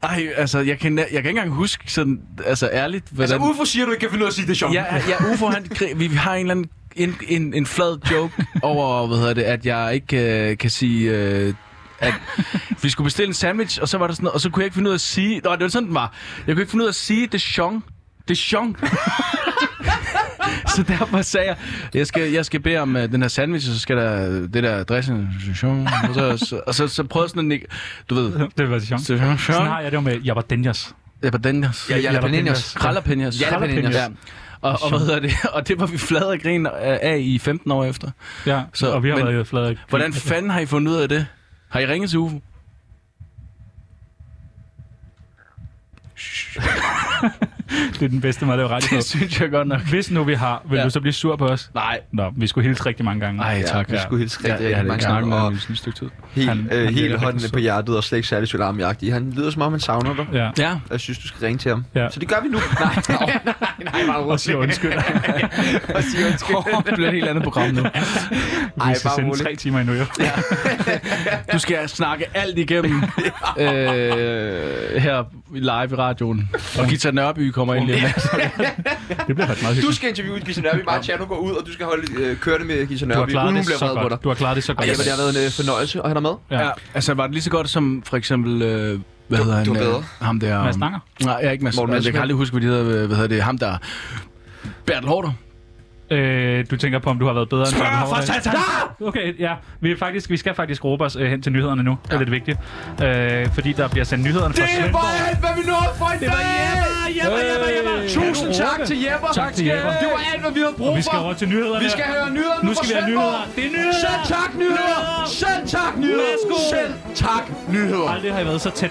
Ej, altså, jeg kan, jeg kan ikke engang huske sådan, altså ærligt, hvordan...
Altså, UFO siger du ikke kan finde ud af at sige det er sjovt.
Ja, ja UFO, han, gri- vi har en eller anden en, en, en flad joke over, hvad hedder det, at jeg ikke øh, kan sige... Øh, at vi skulle bestille en sandwich, og så var der sådan noget, og så kunne jeg ikke finde ud af at sige... Nå, det var sådan, den var. Jeg kunne ikke finde ud af at sige Dijon. Dijon. så derfor sagde jeg, jeg skal, jeg skal bede om uh, den her sandwich, og så skal der øh, det der dressing. Dijon. Og så, så, og så, så prøvede jeg sådan at nikke, du ved...
Det var sjovt.
Dijon.
Sådan har jeg det jo med Jabardenias.
Jeg var den, jeg...
Ja, ja,
Jalapenos.
Krallerpinjas.
Jalapenos.
Ja. Og, og, hvad hedder det? og det var vi flade og grin af i 15 år efter.
Ja,
Så,
så, og vi har
men-
men, været i Fladerik.
Hvordan fanden har I fundet ud af det? Har I ringet til UFO?
Det er den bedste måde at lave radio
Det
på.
synes jeg godt nok.
Hvis nu vi har, vil
Ja.
ja. du så blive sur på os?
Nej.
Nå, vi skulle hilse rigtig mange gange.
Ej, tak.
Vi
Ja.
skulle hilse rigtig,
Jeg, jeg
rigtig
havde
mange
ikke snakket
gange,
med ham
og
i sådan et stykke tid.
Han-
helt,
han
øh,
virker
hele hånden
rigtig
på hjertet, og slet ikke særlig alarmjagtig. Han lyder som om, han savner dig.
Ja.
Ja.
Jeg synes, du skal ringe til ham.
Ja.
Så det gør vi nu. Nej, nej, nej, bare
Og
rolig.
siger undskyld.
Og siger undskyld.
Oh, det bliver et helt andet program nu.
Vi
Ej,
skal
bare
sende
rolig.
tre timer endnu, jo.
Du skal snakke alt igennem øh, her live i radioen. Og Gita Nørby kommer ind lige om lidt.
Det bliver faktisk meget
Du
hyggeligt.
skal interviewe Gisa Nørby, mig og Tjerno går ud, og du skal holde øh, kørende med Gisa
Du har
Nørby,
klaret
uden hun
det
bliver
så
vred på dig.
godt. Du har klaret det så
Ej,
godt.
jamen, det har været en øh, fornøjelse at have dig med.
Ja.
Ja, altså var det lige så godt som for eksempel... Øh, hvad
Du-
hedder han?
du er
øh,
bedre.
Ham der...
Mads Langer?
Nej, jeg er ikke Mads.
Morten
altså, jeg kan
Messerschmidt.
aldrig huske, hvad de hedder. Hvad hedder det? Ham der... Bertel Hårder.
Øh, du tænker på, om du har været bedre end Spørg for satan! Okay, ja. Vi, er faktisk, vi skal faktisk råbe os øh, hen til nyhederne nu. Det er lidt vigtigt. Øh, fordi der bliver sendt nyhederne fra
Det var
Svendborg.
alt, hvad vi nåede for i dag. Det var Jepper, Jepper, Jepper, Jepper. Tusind
Kan du
tak
råbe?
til Jepper.
Tak til Jepper.
Det var alt, hvad vi havde brug for.
Vi skal over til nyhederne.
Vi skal høre nyhederne
Nu skal vi have nyheder. Det er nyheder!
Selv tak nyheder. Selv tak nyheder.
Værsgo.
Selv tak nyheder.
Aldrig har jeg været så tæt